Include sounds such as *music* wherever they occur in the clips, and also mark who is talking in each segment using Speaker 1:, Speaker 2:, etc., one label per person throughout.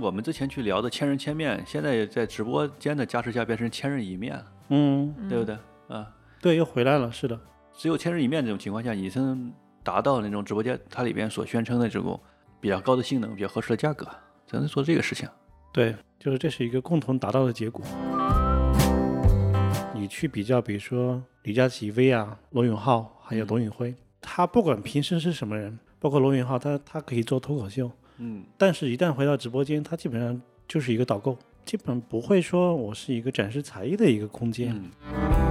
Speaker 1: 我们之前去聊的千人千面，现在也在直播间的加持下变成千人一面了，
Speaker 2: 嗯，
Speaker 1: 对不对？啊，
Speaker 2: 对，又回来了，是的，
Speaker 1: 只有千人一面这种情况下，你才能达到那种直播间它里边所宣称的这种比较高的性能、比较合适的价格，才能做这个事情。
Speaker 2: 对，就是这是一个共同达到的结果。你去比较，比如说李佳琦、薇娅、罗永浩，还有罗永辉，他不管平时是什么人，包括罗永浩，他他可以做脱口秀，
Speaker 1: 嗯，
Speaker 2: 但是一旦回到直播间，他基本上就是一个导购，基本不会说我是一个展示才艺的一个空间。
Speaker 1: 嗯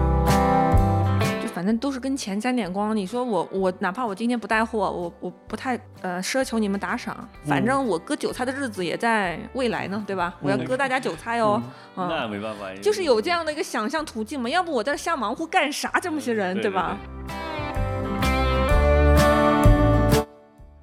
Speaker 3: 就反正都是跟钱沾点光。你说我我哪怕我今天不带货，我我不太呃奢求你们打赏，
Speaker 2: 嗯
Speaker 3: 反正我割韭菜的日子也在未来呢，对吧？
Speaker 2: 嗯
Speaker 3: 我要割大家韭菜哦，嗯，
Speaker 1: 那没办法，
Speaker 3: 就是有这样的一个想象途径嘛，要不我在瞎忙活干啥？
Speaker 2: 嗯
Speaker 3: 这么些人，
Speaker 1: 对对
Speaker 3: 吧？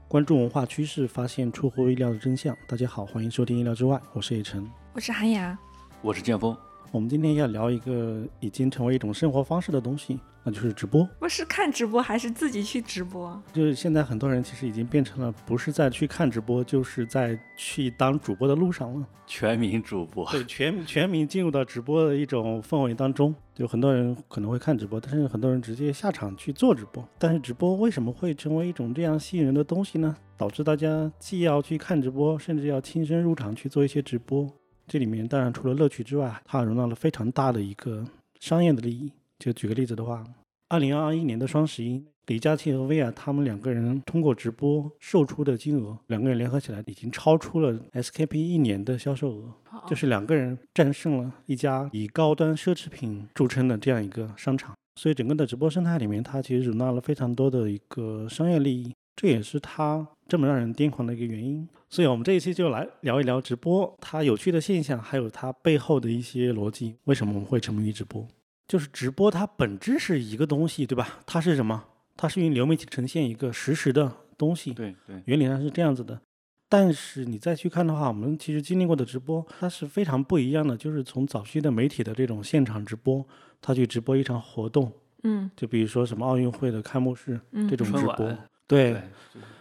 Speaker 2: 关注文化趋势，发现出乎意料的真相。大家好，欢迎收听《意料之外》，我是叶晨。
Speaker 3: 我是韩雅，
Speaker 1: 我是剑锋，
Speaker 2: 我们今天要聊一个已经成为一种生活方式的东西，那就是直播。
Speaker 3: 我是看直播还是自己去直播？
Speaker 2: 就是现在很多人其实已经变成了不是在去看直播，就是在去当主播的路上了。
Speaker 1: 全民主播，
Speaker 2: 对，全全民进入到直播的一种氛围当中。就很多人可能会看直播，但是很多人直接下场去做直播。但是直播为什么会成为一种这样吸引人的东西呢？导致大家既要去看直播，甚至要亲身入场去做一些直播。这里面当然除了乐趣之外，它还容纳了非常大的一个商业的利益。就举个例子的话，二零二一年的双十一，李佳琦和薇娅他们两个人通过直播售出的金额，两个人联合起来已经超出了 SKP 一年的销售额。就是两个人战胜了一家以高端奢侈品著称的这样一个商场，所以整个的直播生态里面，它其实容纳了非常多的一个商业利益，这也是它这么让人癫狂的一个原因。所以我们这一期就来聊一聊直播，它有趣的现象，还有它背后的一些逻辑，为什么我们会沉迷于直播？就是直播它本质是一个东西，对吧？它是什么？它是用流媒体呈现一个实时的东西，
Speaker 1: 对对，
Speaker 2: 原理上是这样子的。但是你再去看的话，我们其实经历过的直播，它是非常不一样的。就是从早期的媒体的这种现场直播，他去直播一场活动，
Speaker 3: 嗯
Speaker 2: 就比如说什么奥运会的开幕式、
Speaker 3: 嗯，
Speaker 2: 这种
Speaker 1: 春
Speaker 2: 直
Speaker 1: 晚
Speaker 2: 播，对，
Speaker 1: 对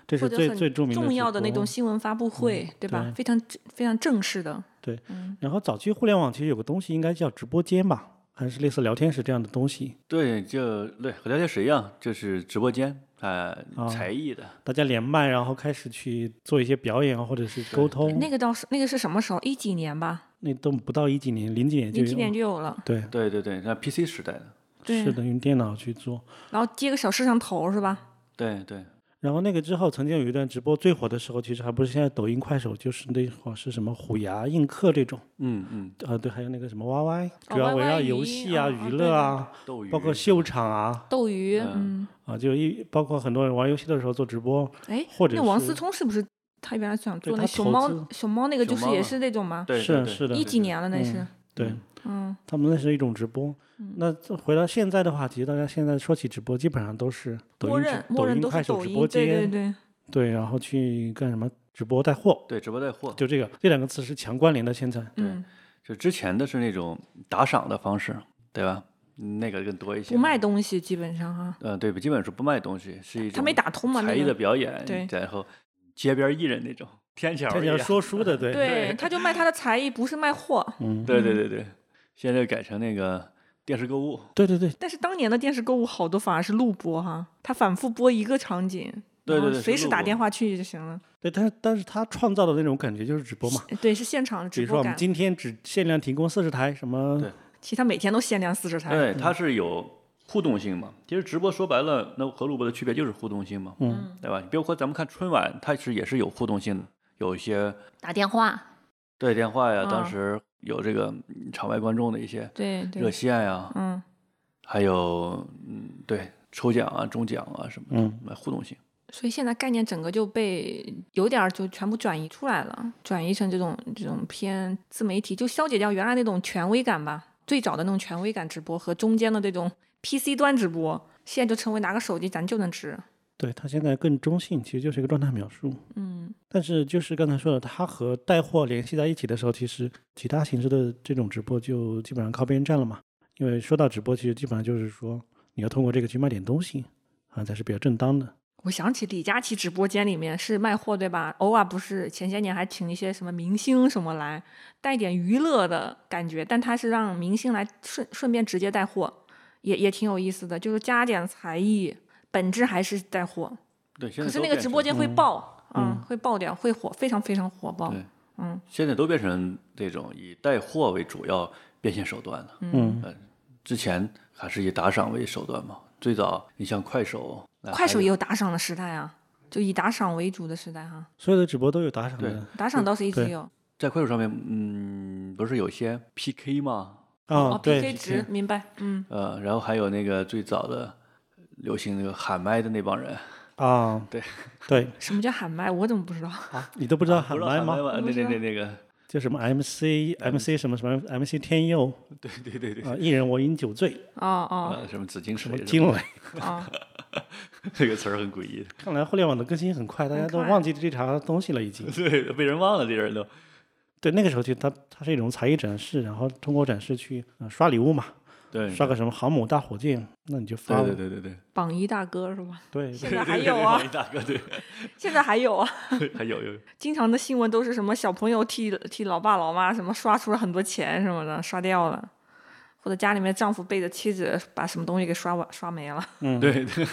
Speaker 2: 这是
Speaker 3: 或者
Speaker 2: 最
Speaker 3: 很
Speaker 2: 最著名的
Speaker 3: 重要
Speaker 2: 直
Speaker 3: 的那
Speaker 2: 播嗯
Speaker 3: 种新闻发布会，对吧？
Speaker 2: 对
Speaker 3: 非常非常正式的，
Speaker 2: 对，
Speaker 3: 嗯，
Speaker 2: 然后早期互联网其实有个东西应该叫直播间吧，还是类似聊天室这样的东西，
Speaker 1: 对，就对和聊天室一样，就是直播间，呃，
Speaker 2: 啊
Speaker 1: 才艺的，
Speaker 2: 大家连麦，然后开始去做一些表演啊，或者是沟
Speaker 1: 对
Speaker 2: 通。
Speaker 3: 那个倒是那个是什么时候？一几年吧，
Speaker 2: 那都不到一几年，零几年就
Speaker 3: 一
Speaker 2: 有。
Speaker 3: 几年就有了。
Speaker 2: 对，
Speaker 1: 对对对，那 PC 时代的，
Speaker 3: 对
Speaker 2: 是的，用电脑去做。
Speaker 3: 然后接个小摄像头是吧？
Speaker 1: 对对，
Speaker 2: 然后那个之后，曾经有一段直播最火的时候，其实还不是现在抖音、快手，就是那会儿是什么虎牙、映客这种，
Speaker 1: 嗯嗯，
Speaker 2: 啊对，还有那个什么 YY，
Speaker 3: 哦
Speaker 2: 主要围绕
Speaker 3: YY
Speaker 2: 游
Speaker 3: 娱
Speaker 2: 戏啊、
Speaker 3: 哦
Speaker 2: 娱
Speaker 3: 哦
Speaker 2: 乐啊，
Speaker 1: 斗鱼，
Speaker 2: 包括秀场啊，
Speaker 3: 斗鱼，
Speaker 1: 嗯
Speaker 3: 嗯，
Speaker 2: 啊就一包括很多人玩游戏的时候做直播，
Speaker 3: 哎、
Speaker 2: 或者
Speaker 3: 那王
Speaker 2: 是
Speaker 3: 思聪是不是他原来想
Speaker 2: 对
Speaker 3: 做
Speaker 2: 他
Speaker 3: 那熊
Speaker 2: 投
Speaker 3: 猫
Speaker 2: 资
Speaker 3: 熊猫那个就
Speaker 1: 熊
Speaker 3: 是
Speaker 1: 猫
Speaker 3: 也
Speaker 1: 嘛
Speaker 3: 是那种吗？
Speaker 1: 对，
Speaker 2: 是
Speaker 1: 对
Speaker 2: 是的
Speaker 3: 一几，年了那是，
Speaker 2: 对
Speaker 3: 嗯
Speaker 2: 他们那是一种直播。那这回到现在的话，其实大家现在说起直播，基本上都是抖
Speaker 3: 默
Speaker 2: 音
Speaker 3: 认
Speaker 2: 直、
Speaker 3: 默
Speaker 2: 抖
Speaker 3: 认
Speaker 2: 音、
Speaker 3: 都
Speaker 2: 快
Speaker 3: 是
Speaker 2: 手
Speaker 3: 抖
Speaker 2: 直
Speaker 3: 音
Speaker 2: 播，
Speaker 3: 对对
Speaker 2: 间，
Speaker 3: 对，
Speaker 2: 对，然后去干什么直播带货，
Speaker 1: 对对直播带货，
Speaker 2: 就这个这两个词是强关联的。现在
Speaker 3: 嗯，
Speaker 1: 就之前的是那种打赏的方式，对吧？那个更多一些，
Speaker 3: 不卖，东西基本上啊，
Speaker 1: 呃，对，基本是不卖东西，是一
Speaker 3: 他没
Speaker 1: 种
Speaker 3: 打通嘛
Speaker 1: 才
Speaker 3: 那
Speaker 1: 艺的
Speaker 3: 个，
Speaker 1: 表演，
Speaker 3: 对
Speaker 1: 然后街边艺人那种，天桥
Speaker 2: 这
Speaker 1: 一
Speaker 2: 叫
Speaker 1: 样，
Speaker 2: 说书的，对，
Speaker 3: 对，他就卖他的才艺，不是卖货。
Speaker 2: 嗯，
Speaker 1: 对对对对，现在改成那个电视购物，
Speaker 2: 对对对，
Speaker 3: 但是当年的电视购物好多反而是录播哈，他反复播一个场景，
Speaker 1: 对
Speaker 3: 然后
Speaker 1: 对对是
Speaker 3: 哦随时
Speaker 1: 录
Speaker 3: 打
Speaker 1: 播
Speaker 3: 电话去就行了。
Speaker 2: 对，但是但是他创造的那种感觉就是直播嘛，
Speaker 3: 对，是现场的
Speaker 2: 比
Speaker 3: 直
Speaker 2: 如说
Speaker 3: 播
Speaker 2: 我们
Speaker 3: 感，
Speaker 2: 今天只限量提供四十台什么，
Speaker 1: 对
Speaker 3: 其实他每天都限量四十台。
Speaker 1: 对，它是有互动性嘛。其实直播说白了，那和录播的区别就是互动性嘛，
Speaker 2: 嗯，
Speaker 1: 对吧？你包括咱们看春晚，它是也是有互动性的，有一些
Speaker 3: 打电话，
Speaker 1: 对电话呀，当
Speaker 3: 嗯
Speaker 1: 时有这个嗯场外观众的一些
Speaker 3: 对对
Speaker 1: 热，线呀，
Speaker 3: 嗯，
Speaker 1: 还有嗯，对抽奖啊、中奖啊什么的，
Speaker 2: 嗯
Speaker 1: 嗯互动性。
Speaker 3: 所以现在概念整个就被有点儿就全部转移出来了，转移成这种这种偏自媒体，就消解掉原来那种权威感吧。最早的那种权威感直播和中间的这种 PC 端直播，现在就成为拿个手机咱就能直。
Speaker 2: 对他现在更中性，其实就是一个状态描述。
Speaker 3: 嗯，
Speaker 2: 但是就是刚才说的，它和带货联系在一起的时候，其实其他形式的这种直播就基本上靠边站了嘛。因为说到直播，其实基本上就是说你要通过这个去卖点东西，啊，才是比较正当的。
Speaker 3: 我想起李佳琦直播间里面是卖货对吧？偶尔不是前些年还请一些什么明星什么来，带点娱乐的感觉，但他是让明星来顺顺便直接带货，也也挺有意思的，就是加点才艺，本质还是带货。
Speaker 1: 对，现
Speaker 3: 可
Speaker 1: 在
Speaker 3: 是
Speaker 1: 都
Speaker 3: 那个
Speaker 1: 变
Speaker 3: 直播
Speaker 1: 成
Speaker 3: 间会
Speaker 2: 嗯
Speaker 3: 爆，啊
Speaker 2: 嗯
Speaker 3: 会爆点，会火，非常非常火爆。
Speaker 1: 对
Speaker 3: 嗯
Speaker 1: 现在都变成这种以带货为主要变现手段了。
Speaker 2: 嗯
Speaker 1: 之前还是以打赏为手段嘛。最早你像快手，那
Speaker 3: 快手
Speaker 1: 还
Speaker 3: 也
Speaker 1: 有
Speaker 3: 有打赏的时代啊，就以打赏为主的时代哈、
Speaker 2: 所有的直播都有打赏
Speaker 1: 对
Speaker 2: 的
Speaker 3: 打赏倒是一直
Speaker 2: 对
Speaker 3: 有。
Speaker 1: 在快手上面，嗯，不是有些 PK 嘛，
Speaker 2: 啊
Speaker 3: 哦，，PK
Speaker 2: 对，
Speaker 3: 值明白，嗯，
Speaker 1: 呃，然后还有那个最早的流行那个喊麦的那帮人，
Speaker 2: 啊，
Speaker 1: 对
Speaker 2: 对，
Speaker 3: 什么叫喊麦？我怎么不知道？ *laughs*
Speaker 2: 你都不知道喊
Speaker 1: 啊不知道
Speaker 2: 麦
Speaker 1: 麦
Speaker 2: 吗？
Speaker 1: 吗？
Speaker 3: 不
Speaker 1: 那
Speaker 3: 知
Speaker 1: 那那
Speaker 3: 道
Speaker 1: 那个，
Speaker 2: 就什么 MC MC 什么什么 MC 天佑
Speaker 1: 对对对对，
Speaker 2: 啊，一人我饮酒醉，
Speaker 3: 哦哦
Speaker 1: 呃，什么紫金
Speaker 2: 什
Speaker 1: 水
Speaker 2: 么
Speaker 1: 什么
Speaker 2: 惊雷。
Speaker 1: *laughs*
Speaker 3: 哦，
Speaker 1: 这个词儿很诡异，
Speaker 2: *laughs*
Speaker 1: *laughs*
Speaker 2: 看来互联网的更新很快，大家
Speaker 3: 很
Speaker 2: 都
Speaker 3: 快
Speaker 2: 忘记这茬东西了，已经。
Speaker 1: 对，被人忘了，这人都
Speaker 2: 对，那个时候就它它是一种才艺展示，然后通过展示去、呃、刷礼物嘛，
Speaker 1: 对，
Speaker 2: 刷个什么航母大火箭，那你就发
Speaker 1: 对对对
Speaker 2: 了。
Speaker 1: 对 *laughs* 对，
Speaker 3: 榜一大哥是吧？
Speaker 2: 对
Speaker 3: 现
Speaker 1: *laughs*
Speaker 3: 在还有啊，
Speaker 1: 大哥对，
Speaker 3: *laughs* 现在还有啊，
Speaker 1: *laughs* 还有有
Speaker 3: 经常的新闻都是什么小朋友替替老爸老妈什么刷出了很多钱什么的，刷掉了，或者家里面丈夫背着妻子把什么东西给刷完刷没了，
Speaker 2: 嗯
Speaker 1: 对对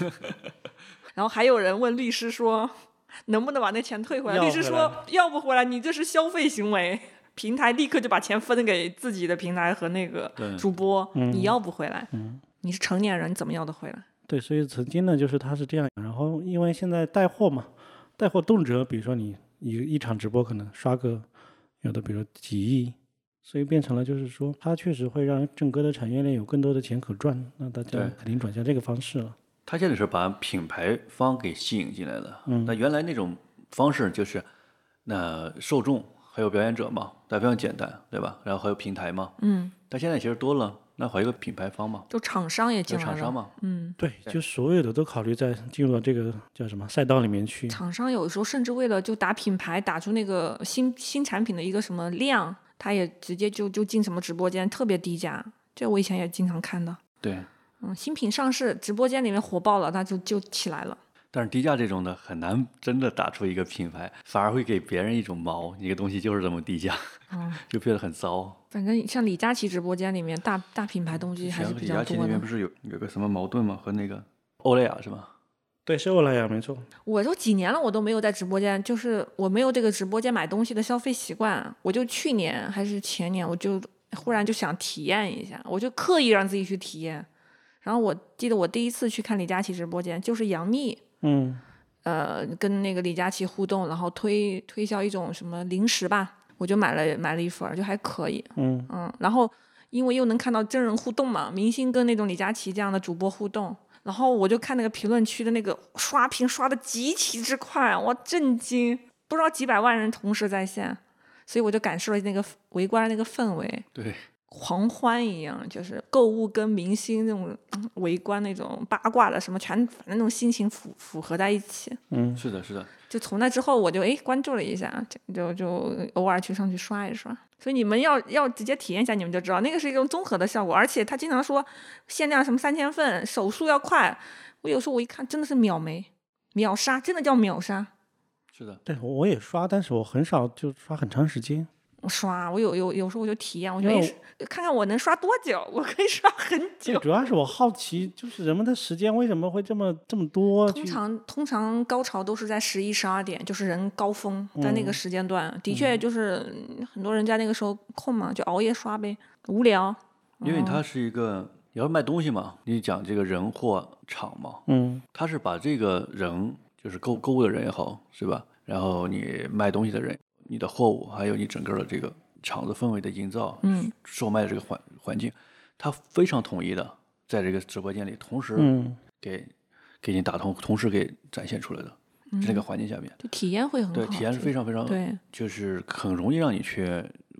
Speaker 3: 然后还有人问律师说能不能把那钱退回来，
Speaker 2: 要
Speaker 3: 律师
Speaker 2: 回
Speaker 3: 说要不回来，你这是消费行为。平台立刻就把钱分给自己的平台和那个
Speaker 1: 对
Speaker 3: 主播，
Speaker 2: 嗯
Speaker 3: 你要不回来，
Speaker 2: 嗯
Speaker 3: 你是成年人，你怎么要得回来？
Speaker 2: 对，所以曾经呢，就是它是这样。然后因为现在带货嘛，带货动辄，比如说你一一场直播可能刷个有的，比如几亿，所以变成了就是说，它确实会让整个的产业链有更多的钱可赚。那大家
Speaker 1: 对
Speaker 2: 肯定转向这个方式了。
Speaker 1: 他现在是把品牌方给吸引进来了。
Speaker 2: 嗯
Speaker 1: 那原来那种方式就是，那受众还有表演者嘛，那非常简单，对吧？然后还有平台嘛，
Speaker 3: 嗯，
Speaker 1: 但现在其实多了，那还有一个品牌方嘛，
Speaker 3: 就厂商也
Speaker 1: 就
Speaker 3: 进来
Speaker 1: 厂
Speaker 3: 了，
Speaker 1: 商嘛，
Speaker 3: 嗯，
Speaker 2: 对，就所有的都考虑在进入到这个叫什么赛道里面去。
Speaker 3: 厂商有时候甚至为了就打品牌，打出那个新新产品的一个什么量，他也直接就就进什么直播间，特别低价。这我以前也经常看到，
Speaker 1: 对。
Speaker 3: 嗯，新品上市，直播间里面火爆了，他就就起来了。
Speaker 1: 但是低价这种的很难真的打出一个品牌，反而会给别人一种毛，你这个东西就是这么低价， *laughs*
Speaker 3: 嗯，
Speaker 1: 就变得很糟。
Speaker 3: 反正像李佳琦直播间里面大大品牌东西还是
Speaker 1: 前
Speaker 3: 比
Speaker 1: 李
Speaker 3: 较
Speaker 1: 佳琦那
Speaker 3: 多
Speaker 1: 边
Speaker 3: 的
Speaker 1: 不。是有有个什么矛盾吗？和那个欧莱雅是吧？
Speaker 2: 对，是欧莱雅，没错。
Speaker 3: 我都几年了，我都没有在直播间，就是我没有这个直播间买东西的消费习惯。我就去年还是前年，我就忽然就想体验一下，我就刻意让自己去体验。然后我记得我第一次去看李佳琦直播间，就是杨幂，
Speaker 2: 嗯，
Speaker 3: 呃，跟那个李佳琦互动，然后推推销一种什么零食吧，我就买了买了一份儿，就还可以。
Speaker 2: 嗯
Speaker 3: 嗯，然后因为又能看到真人互动嘛，明星跟那种李佳琦这样的主播互动，然后我就看那个评论区的那个刷屏刷的极其之快，我震惊，不知道几百万人同时在线，所以我就感受了那个围观的那个氛围，
Speaker 1: 对，
Speaker 3: 狂欢一样，就是购物跟明星那种嗯围观那种八卦的什么全，反正那种心情符符合在一起。
Speaker 2: 嗯，
Speaker 1: 是的，是的，
Speaker 3: 就从那之后，我就哎关注了一下，就就就偶尔去上去刷一刷。所以你们要要直接体验一下，你们就知道那个是一种综合的效果。而且他经常说限量什么三千份，手速要快。我有时候我一看，真的是秒没秒杀，真的叫秒杀。
Speaker 1: 是的。
Speaker 2: 对，我也刷，但是我很少就刷很长时间。
Speaker 3: 我刷，我有有有时候我就体验，我觉
Speaker 2: 因
Speaker 3: 得
Speaker 2: 为
Speaker 3: 哎看看我能刷多久，我可以刷
Speaker 2: *laughs*
Speaker 3: 很
Speaker 2: 这
Speaker 3: 久。
Speaker 2: 主要是我好奇，就是人们的时间为什么会这么这么多？
Speaker 3: 通
Speaker 2: 去
Speaker 3: 常通常高潮都是在十一、十二点，就是人高峰，在那个
Speaker 2: 嗯
Speaker 3: 时间段，的确就是嗯很多人在那个时候空嘛，就熬夜刷呗，无聊。
Speaker 1: 因为它是一个，也要卖东西嘛，你讲这个人货场嘛，
Speaker 2: 嗯
Speaker 1: 它是把这个人，就是购购物的人也好，是吧？然后你卖东西的人，你的货物，还有你整个的这个场子氛围的营造，
Speaker 3: 嗯，
Speaker 1: 售卖这个环环境，它非常统一的在这个直播间里，同时
Speaker 2: 嗯，
Speaker 1: 给、给你打通，同时给展现出来的、这个环境下面，
Speaker 3: 就体验嗯会很好，
Speaker 1: 对，体验是
Speaker 3: 就
Speaker 1: 非常非常
Speaker 3: 对，
Speaker 1: 就是很容易让你去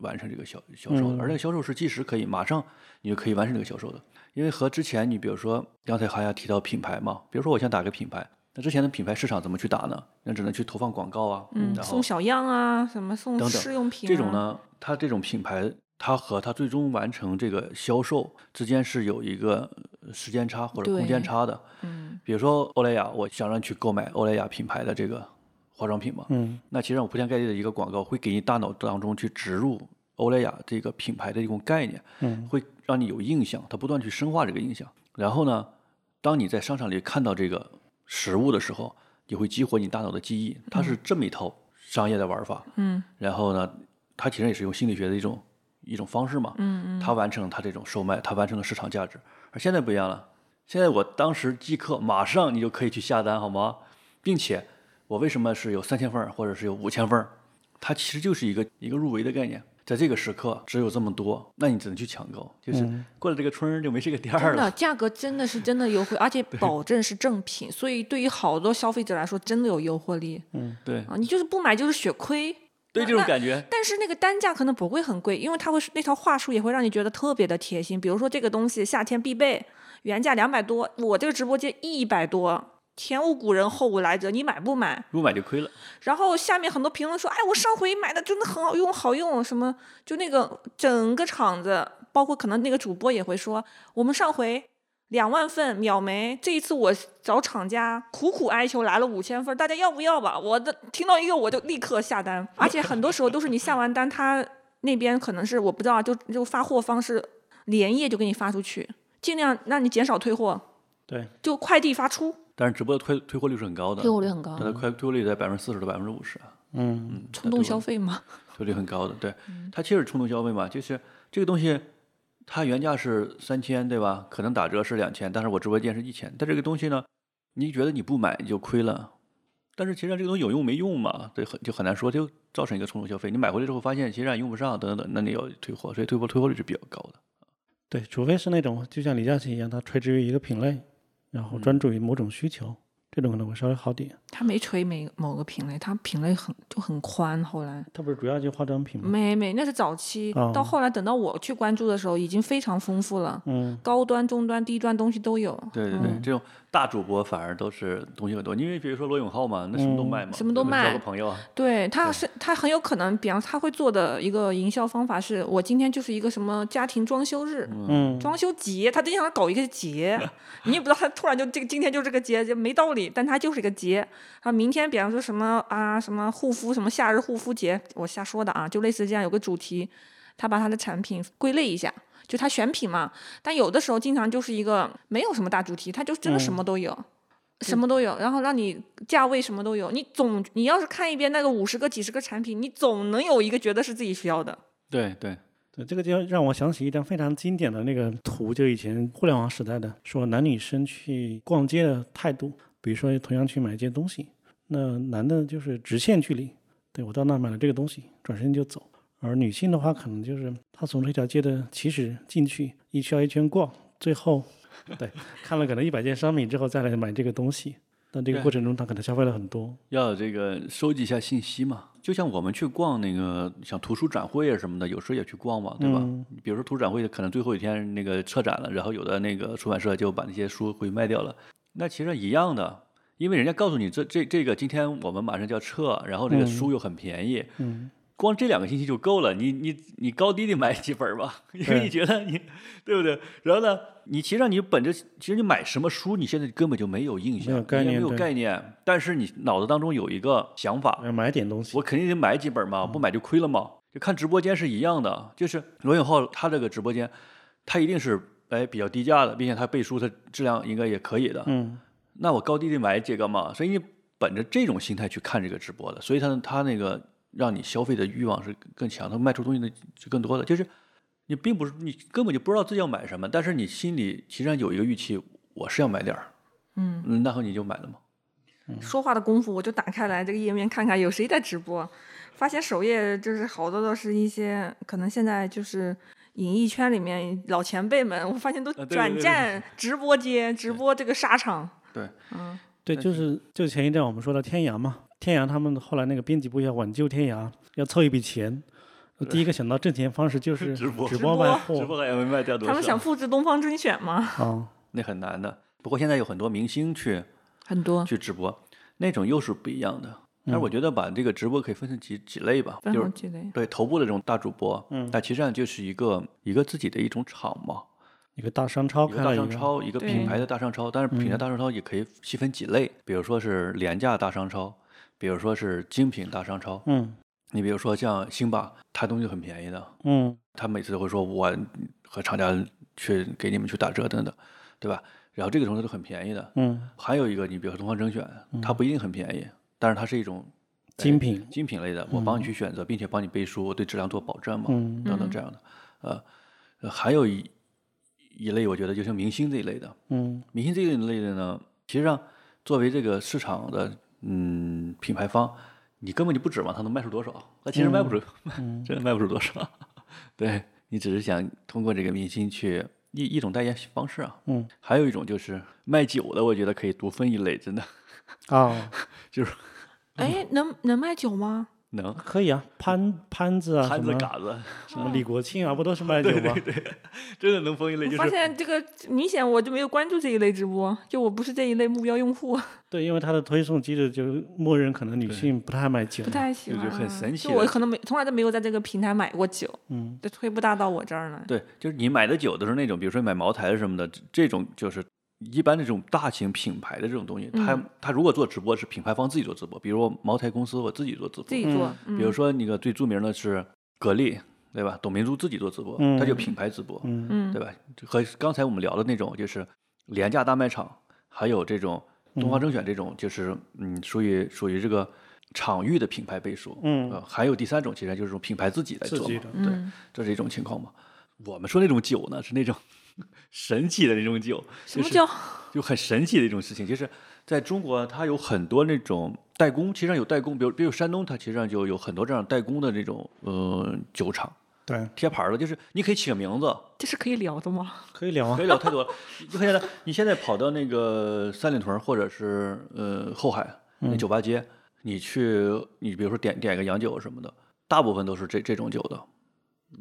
Speaker 1: 完成这个销销售的，
Speaker 3: 嗯
Speaker 1: 而这个销售是即时可以马上你就可以完成这个销售的，因为和之前你比如说刚才还要提到品牌嘛，比如说我想打个品牌，那之前的品牌市场怎么去打呢？那只能去投放广告啊，
Speaker 3: 嗯，
Speaker 1: 然后
Speaker 3: 送小样啊，什么送
Speaker 1: 等等
Speaker 3: 试用品、啊，
Speaker 1: 这种，呢，它这种品牌，它和它最终完成这个销售之间是有一个呃时间差或者空间
Speaker 3: 对
Speaker 1: 差的。
Speaker 3: 嗯，
Speaker 1: 比如说欧莱雅，我想让你去购买欧莱雅品牌的这个化妆品嘛，
Speaker 2: 嗯
Speaker 1: 那其实让我铺天盖地的一个广告，会给你大脑当中去植入欧莱雅这个品牌的一种概念，
Speaker 2: 嗯
Speaker 1: 会让你有印象，它不断去深化这个印象。然后呢，当你在商场里看到这个实物的时候，也会激活你大脑的记忆。它是这么一套商业的玩法。
Speaker 3: 嗯
Speaker 1: 然后呢，它其实也是用心理学的一种一种方式嘛。
Speaker 3: 嗯
Speaker 1: 它完成了它这种售卖，它完成了市场价值。而现在不一样了，现在我当时即刻马上你就可以去下单，好吗？并且我为什么是有三千份儿或者是有五千份儿？它其实就是一个一个入围的概念。在这个时刻只有这么多，那你只能去抢购，就是
Speaker 2: 嗯
Speaker 1: 过了这个村儿就没这个店儿
Speaker 3: 真
Speaker 1: 了。
Speaker 3: 的价格真的是真的优惠，而且
Speaker 1: *laughs*
Speaker 3: 保证是正品，所以对于好多消费者来说，真的有诱惑力
Speaker 1: 嗯对
Speaker 3: 啊！你就是不买就是血亏，
Speaker 1: 对，这种感觉，
Speaker 3: 但是那个单价可能不会很贵，因为它会那套话术也会让你觉得特别的贴心。比如说这个东西夏天必备，原价两百多，我这个直播间一百多，前无古人后无来者，你买不买？
Speaker 1: 不买就亏了。
Speaker 3: 然后下面很多评论说，哎，我上回买的真的很好用，好用什么？就那个整个场子，包括可能那个主播也会说，我们上回两万份秒没，这一次我找厂家苦苦哀求来了五千份，大家要不要吧？我的听到一个我就立刻下单，而且很多时候都是你下完单，他那边可能是我不知道啊，就就发货方式连夜就给你发出去，尽量让你减少退货，
Speaker 2: 对，
Speaker 3: 就快递发出，
Speaker 1: 但是直播的退退货率是很高的，
Speaker 3: 退货率很高
Speaker 1: 它，的快退货率在百分之四十到百分之五十，
Speaker 2: 嗯
Speaker 1: 嗯，
Speaker 3: 冲动消费嗯嘛，
Speaker 1: 退货率很高的，对，它其实是冲动消费嘛，就是这个东西，它原价是三千，对吧？可能打折是两千，但是我直播间是一千，但这个东西呢，你觉得你不买你就亏了，但是其实这个东西有用没用嘛，对，很就很难说，就造成一个冲动消费。你买回来之后发现其实让你用不上，等等等，那你要退货，所以退货退货率是比较高的。
Speaker 2: 对，除非是那种就像李佳琦一样，他垂直于一个品类，然后专注于某种需求，这种可能会稍微好点。
Speaker 3: 他没锤每某个品类，他品类很就很宽。后来
Speaker 2: 他不是主要就化妆品吗？
Speaker 3: 没没，那是早期，
Speaker 2: 哦
Speaker 3: 到后来等到我去关注的时候，已经非常丰富了，
Speaker 2: 嗯，
Speaker 3: 高端、中端、低端东西都有，嗯
Speaker 1: 对对对，这种大主播反而都是东西很多，因为比如说罗永浩嘛，那什么都卖嘛，
Speaker 3: 什么都
Speaker 1: 咱们
Speaker 3: 卖
Speaker 1: 交个朋友啊，
Speaker 3: 对，他是他很有可能，比方他会做的一个营销方法是，我今天就是一个什么家庭装修日。
Speaker 2: 嗯，
Speaker 3: 装修节，他真想搞一个节，你也不知道他突然就这个今天就这个节，就没道理，但他就是一个节。啊，明天比方说什么啊，什么护肤，什么夏日护肤节，我瞎说的啊，就类似这样有个主题，他把他的产品归类一下，就他选品嘛。但有的时候经常就是一个没有什么大主题，他就真的什么都有。什么都有，然后让你价位什么都有，你总你要是看一遍那个五十个几十个产品，你总能有一个觉得是自己需要的。
Speaker 1: 对对，
Speaker 2: 对，这个就让我想起一张非常经典的那个图，就以前互联网时代的，说男女生去逛街的态度，比如说同样去买一件东西，那男的就是直线距离，对我到那儿买了这个东西，转身就走；而女性的话，可能就是她从这条街的起始进去，一圈一圈逛，最
Speaker 1: *laughs*
Speaker 2: 后，对，看了可能一百件商品之后再来买这个东西。但这个
Speaker 1: 对
Speaker 2: 过程中，她可能消费了很多，
Speaker 1: 要有这个收集一下信息嘛。就像我们去逛那个像图书展会啊什么的，有时候也去逛嘛，对吧？
Speaker 2: 嗯
Speaker 1: 比如说图书展会可能最后一天那个撤展了，然后有的那个出版社就把那些书会卖掉了。那其实一样的，因为人家告诉你这这这个今天我们马上就要撤，然后这个书又很便宜，
Speaker 2: 嗯，
Speaker 1: 光这两个星期就够了，你你你高低得买几本儿吧，因为你觉得你对不对？然后呢，你其实上你本着，其实你买什么书，你现在根本就没有印象，
Speaker 2: 没有概
Speaker 1: 你也
Speaker 2: 念
Speaker 1: 没有
Speaker 2: 对
Speaker 1: 概念，但是你脑子当中有一个想法，
Speaker 2: 要买点东西。
Speaker 1: 啊我肯定得买几本嘛，
Speaker 2: 嗯
Speaker 1: 不买就亏了嘛。就看直播间是一样的，就是罗永浩他这个直播间，他一定是哎比较低价的，并且他背书他质量应该也可以的，
Speaker 2: 嗯，
Speaker 1: 那我高低得买几个嘛，所以你本着这种心态去看这个直播的，所以他他那个让你消费的欲望是更强，他卖出东西的就更多的，就是你并不是你根本就不知道自己要买什么，但是你心里其实上有一个预期，我是要买点儿，
Speaker 3: 嗯，
Speaker 1: 嗯，然后你就买了嘛，
Speaker 3: 说话的功夫，我就打开来这个页面看看有谁在直播，发现首页就是好多都是一些可能现在就是影艺圈里面老前辈们，我发现都
Speaker 1: 啊对对
Speaker 3: 转
Speaker 1: 对对
Speaker 3: 战直播间、直播这个沙场。
Speaker 1: 对，
Speaker 3: 嗯，
Speaker 2: 对，就是就前一阵我们说到天涯嘛，天涯他们后来那个编辑部要挽救天涯，要凑一笔钱，第一个想到挣钱方式就是
Speaker 1: 直播
Speaker 2: 直
Speaker 3: 播
Speaker 2: 播卖
Speaker 1: 直
Speaker 2: 货
Speaker 1: 播还没卖掉多少，
Speaker 3: 哦他们想复制东方甄选吗？
Speaker 2: 啊，
Speaker 1: 那很难的。不过现在有很多明星去
Speaker 3: 很多
Speaker 1: 去直播，那种又是不一样的。但是我觉得把这个直播可以分成几几类吧，
Speaker 3: *laughs* 嗯分
Speaker 1: 就是
Speaker 3: 好几类。
Speaker 1: 对头部的这种大主播，嗯，那其实上就是一个一个自己的一种场嘛，
Speaker 2: 一个大商超
Speaker 1: 一个
Speaker 2: 看到
Speaker 1: 大
Speaker 2: 一
Speaker 1: 商
Speaker 2: 个
Speaker 1: 超，一个品
Speaker 3: 对
Speaker 1: 牌的大商超，但是品牌大商超也可以细分几类，比如说是廉价大商超，比如说是精品大商超。
Speaker 2: 嗯
Speaker 1: 你比如说像星巴，它东西很便宜的，
Speaker 2: 嗯
Speaker 1: 他每次都会说我和厂家去给你们去打折等等，对吧？然后这个东西都很便宜的。
Speaker 2: 嗯，
Speaker 1: 还有一个，你比如说东方甄选，它不一定很便宜，但是它是一种
Speaker 2: 精品，
Speaker 1: 精品类的，我帮你去选择，并且帮你背书，我对质量做保证嘛，
Speaker 2: 嗯
Speaker 1: 等等这样的。呃呃，还有一一类，我觉得就像明星这一类的，
Speaker 2: 嗯
Speaker 1: 明星这一类的呢，其实上作为这个市场的嗯品牌方，你根本就不指望它能卖出多少，它其实卖不出，*laughs*
Speaker 2: 嗯
Speaker 1: 真的卖不出多少。对你只是想通过这个明星去一一种代言方式啊，
Speaker 2: 嗯
Speaker 1: 还有一种就是卖酒的，我觉得可以独分一类，真的
Speaker 2: 啊，
Speaker 1: 嗯
Speaker 3: 哎，能能卖酒吗？
Speaker 1: 能
Speaker 2: 可以啊，潘潘子啊，
Speaker 1: 摊
Speaker 2: 什
Speaker 1: 子
Speaker 2: 么
Speaker 1: 嘎子，
Speaker 2: 什么李国庆啊，不都是卖酒吗？
Speaker 1: 真的能分一类，
Speaker 3: 我
Speaker 1: 就
Speaker 3: 发
Speaker 1: 是
Speaker 3: 现这个明显我就没有关注这一类直播，就我不是这一类目标用户，
Speaker 2: 对，因为它的推送机制就是默认可能女性不太爱买酒
Speaker 3: 不，太喜
Speaker 1: 就
Speaker 3: 欢
Speaker 1: 就
Speaker 3: 啊。
Speaker 1: 很神奇
Speaker 3: 就我
Speaker 1: 的
Speaker 3: 可能没从来都没有在这个平台买过酒，
Speaker 2: 嗯，
Speaker 3: 就推不大到我这儿 *laughs* 来。
Speaker 1: 对，就是你买的酒都是那种，比如说买茅台什么的，这这种就是一般的这种大型品牌的这种东西，
Speaker 3: 嗯
Speaker 1: 它它如果做直播是品牌方自己做直播，比如茅台公司我自己做直播
Speaker 3: 自，己做，嗯
Speaker 1: 比如说那个最著名的是格力，对吧？董明珠自己做直播，它就
Speaker 2: 嗯
Speaker 1: 品牌直播，
Speaker 2: 嗯
Speaker 3: 嗯，
Speaker 1: 对吧？就和刚才我们聊的那种就是廉价大卖场，还有这种东方甄选这种，就是嗯，属于属于这个场域的品牌背书，
Speaker 2: 嗯
Speaker 1: 呃，还有第三种其实就是这种品牌自己来
Speaker 2: 自
Speaker 1: 做
Speaker 2: 己
Speaker 1: 嘛
Speaker 2: 的，
Speaker 3: 嗯
Speaker 1: 对，这是一种情况嘛。我们说那种酒呢，是那种 *laughs* 神奇的那种酒，
Speaker 3: 什么
Speaker 1: 就是
Speaker 3: 叫
Speaker 1: 就很神奇的一种事情，就是在中国，它有很多那种代工，其实上有代工，比如比如山东，它其实上就有很多这样代工的这种呃酒厂
Speaker 2: 对，
Speaker 1: 贴牌儿的，就是你可以起个名字，
Speaker 3: 这是可以聊的吗？
Speaker 2: 可以聊啊
Speaker 1: 可，以聊太多了。 *laughs* 就很简单，你现在跑到那个三里屯儿或者是呃后海那酒吧街，你去你比如说点点一个洋酒什么的，大部分都是这这种酒的，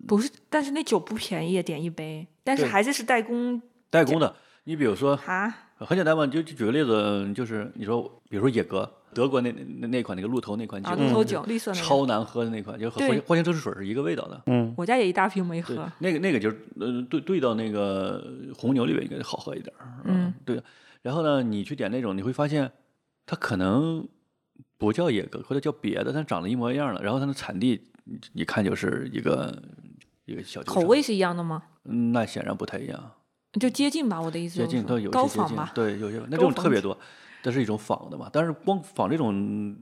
Speaker 3: 不是，但是那酒不便宜，点一杯，但是
Speaker 1: 对
Speaker 3: 还是是代工
Speaker 1: 代工的。你比如说
Speaker 3: 啊，
Speaker 1: 很简单嘛，就就举个例子，就是你说比如说野格，德国那那那款那个鹿头那款酒，
Speaker 3: 啊，龙头酒，绿色那
Speaker 1: 嗯
Speaker 3: 个，
Speaker 1: 超难喝的那款，就是和
Speaker 3: 对
Speaker 1: 花花青蒸汽水是一个味道的。
Speaker 2: 嗯
Speaker 3: 我家也一大瓶没
Speaker 1: 对
Speaker 3: 喝，，
Speaker 1: 那个那个就是呃兑兑到那个红牛里面应该好喝一点儿。
Speaker 3: 嗯，
Speaker 1: 对。然后呢，你去点那种，你会发现它可能不叫野格，或者叫别的，但长得一模一样了。然后它的产地你一看就是一个一个小酒
Speaker 3: 口
Speaker 1: 厂
Speaker 3: 味是一样的吗？
Speaker 1: 嗯那显然不太一样，
Speaker 3: 就接近吧，我的意思
Speaker 1: 接
Speaker 3: 就是
Speaker 1: 近
Speaker 3: 说
Speaker 1: 都有
Speaker 3: 高
Speaker 1: 些接
Speaker 3: 仿
Speaker 1: 近
Speaker 3: 吧，，
Speaker 1: 对，有些那
Speaker 3: 高
Speaker 1: 种
Speaker 3: 仿
Speaker 1: 特别
Speaker 3: 酒
Speaker 1: 多，它是一种仿的嘛。但是光仿这种，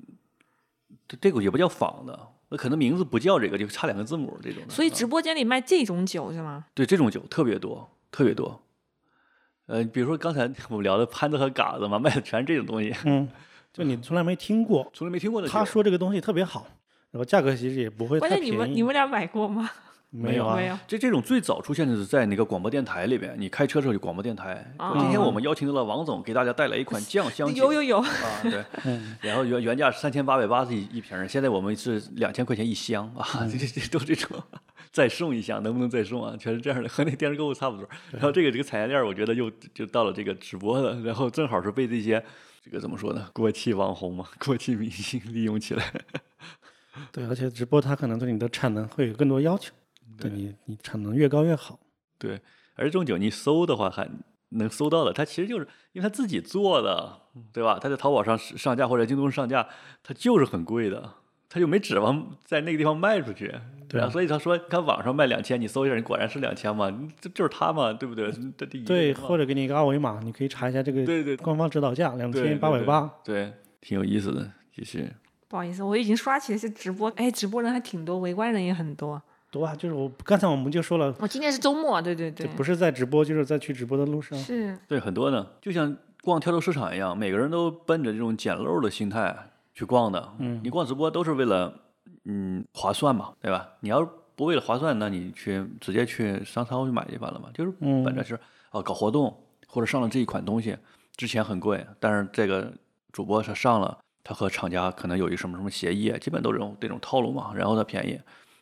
Speaker 1: 这这个也不叫仿的，那可能名字不叫这个，就差两个字母这种的。
Speaker 3: 所以
Speaker 1: 嗯
Speaker 3: 直播间里卖这种酒是吗？
Speaker 1: 对，这种酒特别多，特别多。呃，比如说刚才我们聊的潘子和嘎子嘛，卖的全是这种东西，
Speaker 2: 嗯，就你从来没听过，
Speaker 1: 从来没听过的酒。
Speaker 2: 他说这个东西特别好，然后价格其实也不会
Speaker 3: 关
Speaker 2: 太
Speaker 3: 键你们
Speaker 2: 便
Speaker 3: 你
Speaker 2: 宜，
Speaker 3: 们俩买过吗？
Speaker 2: 没有啊
Speaker 3: 没，有，
Speaker 1: 这这种最早出现的是在那个广播电台里边，你开车的时候有广播电台。
Speaker 3: 啊
Speaker 1: 今天我们邀请到了王总，给大家带来一款酱香酒。
Speaker 3: 有有 *laughs* 有，
Speaker 1: 啊，对，然后原原价三千八百八十一一瓶儿，现在我们是两千块钱一箱啊，这这这都这种，再送一箱，能不能再送啊？全是这样的，和那电视购物差不多。然后这个这个产业链，我觉得又就到了这个直播的，然后正好是被这些这个怎么说呢，过气网红嘛，过气明星利用起来。
Speaker 2: 对，而且直播它可能对你的产能会有更多要求，对你你产能越高越好，
Speaker 1: 对，而这种酒你搜的话还能搜到的，它其实就是因为它自己做的，对吧？它在淘宝上上架或者京东上架，它就是很贵的，它就没指望在那个地方卖出去。
Speaker 2: 对
Speaker 1: 啊，所以他说，看网上卖两千，你搜一下，你果然是两千嘛，你这就是他嘛，对不对？这这一个
Speaker 2: 嗯对，
Speaker 1: 人嘛
Speaker 2: 或者给你一个二维码，你可以查一下这个
Speaker 1: 对对
Speaker 2: 官方指导价两
Speaker 1: 对对
Speaker 2: 千八百八，
Speaker 1: 对，挺有意思的，其实
Speaker 3: 不好意思，我已经刷起来是直播，哎，直播人还挺多，围观人也很多。
Speaker 2: 多啊，就是我刚才我们就说了，
Speaker 3: 我、哦今天是周末，对对对，
Speaker 2: 不是在直播，就是在去直播的
Speaker 1: *laughs*
Speaker 2: 路上，
Speaker 3: 是
Speaker 1: 对很多呢，就像逛跳蚤市场一样，每个人都奔着这种捡漏的心态去逛的。嗯，你逛直播都是为了嗯划算嘛，对吧？你要不为了划算，那你去直接去商超去买就完了嘛。就是
Speaker 2: 嗯
Speaker 1: 本着是啊、搞活动或者上了这一款东西之前很贵，但是这个主播他上了，他和厂家可能有一个什么什么协议，啊基本都是这种这种套路嘛，然后他便宜。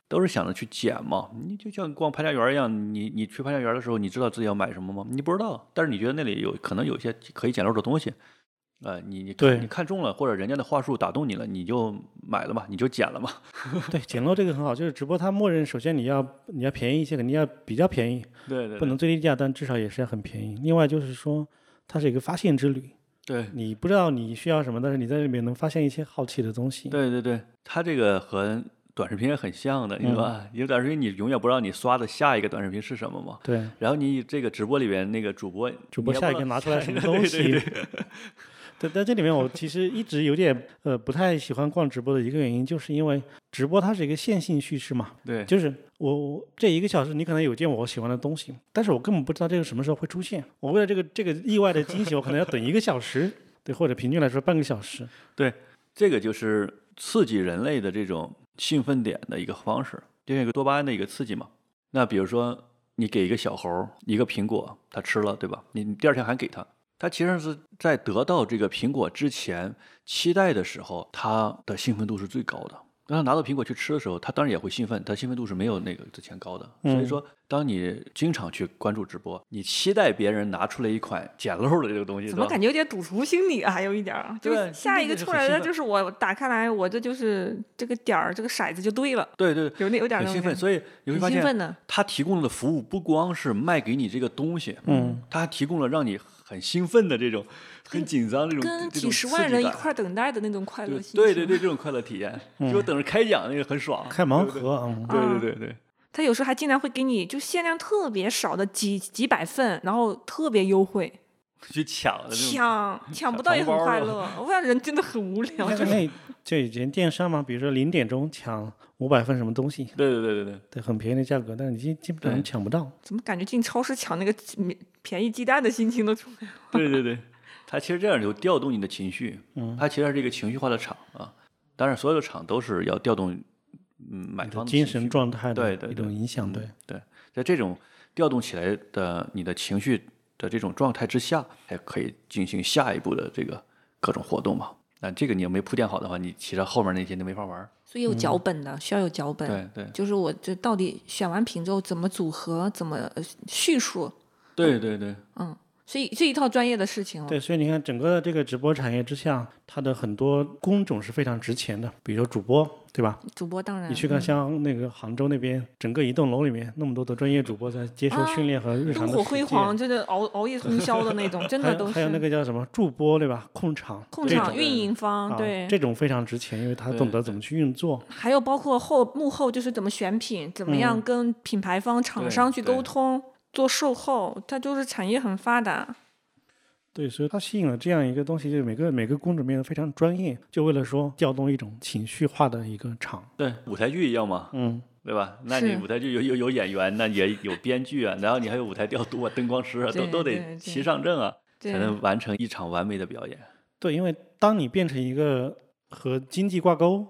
Speaker 1: 都是想着去捡嘛，你就像逛潘家园一样，你你去潘家园的时候，你知道自己要买什么吗？你不知道，但是你觉得那里有可能有一些可以捡漏的东西，呃，你你
Speaker 2: 对
Speaker 1: 你看中了，或者人家的话术打动你了，你就买了嘛，你就捡
Speaker 2: *laughs*
Speaker 1: 了嘛。
Speaker 2: 对，捡漏这个很好，就是直播它默认首先你要你要便宜一些，肯定要比较便宜，
Speaker 1: 对对
Speaker 2: 不能最低价，但至少也是要很便宜。另外就是说，它是一个发现之旅，
Speaker 1: 对
Speaker 2: 你不知道你需要什么，但是你在里面能发现一些好奇的东西。
Speaker 1: 对对对，它这个和短视频也很像的，你知道
Speaker 2: 嗯
Speaker 1: 吧？因为短视频你永远不知道你刷的下一个短视频是什么嘛。
Speaker 2: 对，
Speaker 1: 然后你这个直播里边那个主播，
Speaker 2: 主播
Speaker 1: 你也
Speaker 2: 下一
Speaker 1: 不
Speaker 2: 个
Speaker 1: 知道
Speaker 2: 拿出来什么
Speaker 1: 对
Speaker 2: 东
Speaker 1: 对
Speaker 2: 西？
Speaker 1: 对
Speaker 2: *laughs* 对，在这里面我其实一直有点呃不太喜欢逛直播的一个原因，就是因为直播它是一个线性叙事嘛，
Speaker 1: 对
Speaker 2: 就是我我这一个小时你可能有件我喜欢的东西，但是我根本不知道这个什么时候会出现。我为了这个这个意外的惊喜，我可能要等一个小 *laughs* 时，对，或者平均来说半个小时。
Speaker 1: 这个就是刺激人类的这种兴奋点的一个方式，就像一个多巴胺的一个刺激嘛。那比如说，你给一个小猴儿一个苹果，它吃了，对吧？你你第二天还给它，它其实是在得到这个苹果之前期待的时候，它的兴奋度是最高的。当它拿到苹果去吃的时候，它当然也会兴奋，它兴奋度是没有那个之前高的。所以
Speaker 2: 嗯
Speaker 1: 说，当你经常去关注直播，你期待别人拿出来一款捡漏的这个东西，
Speaker 3: 怎
Speaker 1: 对
Speaker 3: 么
Speaker 1: 吧
Speaker 3: 感觉有点赌徒心理啊？还有一点儿，就
Speaker 1: 对
Speaker 3: 是下一个
Speaker 1: 那个
Speaker 3: 出
Speaker 1: 很
Speaker 3: 来
Speaker 1: 兴
Speaker 3: 的
Speaker 1: 奋
Speaker 3: 就是我打开来，我这就是这个点儿，这个骰子就对了，
Speaker 1: 对对，
Speaker 3: 有那有点儿
Speaker 1: 很
Speaker 3: 那
Speaker 1: 兴
Speaker 3: 种
Speaker 1: 奋。
Speaker 3: 感觉，
Speaker 1: 所以你会
Speaker 3: 很
Speaker 1: 发
Speaker 3: 兴
Speaker 1: 现，
Speaker 3: 奋的。
Speaker 1: 他提供的服务不光是卖给你这个东西，
Speaker 2: 嗯，
Speaker 1: 他还提供了让你很兴奋的这种、很紧张这种
Speaker 3: 跟
Speaker 1: 这种
Speaker 3: 几十
Speaker 1: 刺
Speaker 3: 万
Speaker 1: 激
Speaker 3: 人一
Speaker 1: 感
Speaker 3: 块儿等待的那种快乐
Speaker 1: 对
Speaker 3: 心情，
Speaker 1: 对对对，这种快乐体验，
Speaker 2: 嗯
Speaker 1: 就等着开奖那个很爽。
Speaker 2: 开盲盒，嗯， *laughs*
Speaker 1: 对
Speaker 3: 啊
Speaker 1: 对对对
Speaker 3: 他有时候还经常会给你就限量特别少的几几百份，然后特别优惠，
Speaker 1: 对，去抢的啊那种。
Speaker 3: 抢抢不
Speaker 1: 小
Speaker 3: 到
Speaker 1: 糖
Speaker 3: 也很
Speaker 1: 包啊
Speaker 3: 快乐。我感觉人真的很无聊，
Speaker 2: 那
Speaker 3: 就
Speaker 1: *laughs*
Speaker 3: 是
Speaker 2: 那就以前电商嘛，比如说零点钟抢五百份什么东西，
Speaker 1: 对对对对对，
Speaker 2: 对，很便宜的价格，但是你基基本
Speaker 1: 对
Speaker 2: 上抢不到。
Speaker 3: 怎么感觉进超市抢那个便宜鸡蛋的心情都出来了？
Speaker 1: 对对
Speaker 3: *laughs*
Speaker 1: 对，它其实这样就调动你的情绪，
Speaker 2: 嗯
Speaker 1: 它其实是一个情绪化的场啊。当然，所有的场都是要调动，嗯，买
Speaker 2: 你的
Speaker 1: 方的
Speaker 2: 精
Speaker 1: 情绪
Speaker 2: 神状态的
Speaker 1: 对对
Speaker 2: 一种
Speaker 1: 对嗯
Speaker 2: 影响，对，
Speaker 1: 对，在这种调动起来的你的情绪的这种状态之下，才可以进行下一步的这个各种活动嘛。那这个你要没铺垫好的话，你其实后面那些就没法玩儿。
Speaker 3: 所以有脚本的，需要有脚本。
Speaker 1: 嗯对对
Speaker 3: 就是我这到底选完品之后怎么组合，怎么呃叙述，
Speaker 1: 对对对
Speaker 3: 嗯，所以这一套专业的事情了。
Speaker 2: 对，所以你看，整个这个直播产业之下，它的很多工种是非常值钱的，比如说主播，对吧？
Speaker 3: 主播当然
Speaker 2: 你去看像那个杭州那边，整个一栋楼里面那么多的专业主播在接受
Speaker 3: 啊
Speaker 2: 训练和日常
Speaker 3: 灯
Speaker 2: 的
Speaker 3: 火
Speaker 2: 实
Speaker 3: 辉
Speaker 2: 践
Speaker 3: 煌，就是熬熬夜通宵的那种，真
Speaker 2: 还
Speaker 3: 的
Speaker 2: 有
Speaker 3: 都
Speaker 2: 还有那
Speaker 3: 是。
Speaker 2: 个叫什么助播，对吧？控场，
Speaker 3: 控
Speaker 2: 这
Speaker 3: 场
Speaker 2: 种
Speaker 3: 运营方
Speaker 2: 啊，
Speaker 3: 对，
Speaker 2: 这种非常值钱，因为他懂
Speaker 1: 对
Speaker 2: 得怎么去运作。
Speaker 3: 还有包括后幕后就是怎么选品，怎么
Speaker 2: 嗯
Speaker 3: 样跟品牌方、厂商去沟通，做售后，它就是产业很发达。
Speaker 2: 对，所以它吸引了这样一个东西，就是每个每个工种变得非常专业，就为了说调动一种情绪化的一个场。
Speaker 1: 对，舞台剧一样嘛，
Speaker 2: 嗯，
Speaker 1: 对吧？那你
Speaker 3: 是
Speaker 1: 舞台剧有有有演员，那也有编剧啊，然后你还有舞台调度啊、灯光师啊，都
Speaker 3: 对
Speaker 1: 都
Speaker 3: 对
Speaker 1: 得
Speaker 3: 对
Speaker 1: 齐上阵啊，
Speaker 3: 对
Speaker 1: 才能完成一场完美的表演。
Speaker 2: 对，因为当你变成一个和经济挂钩，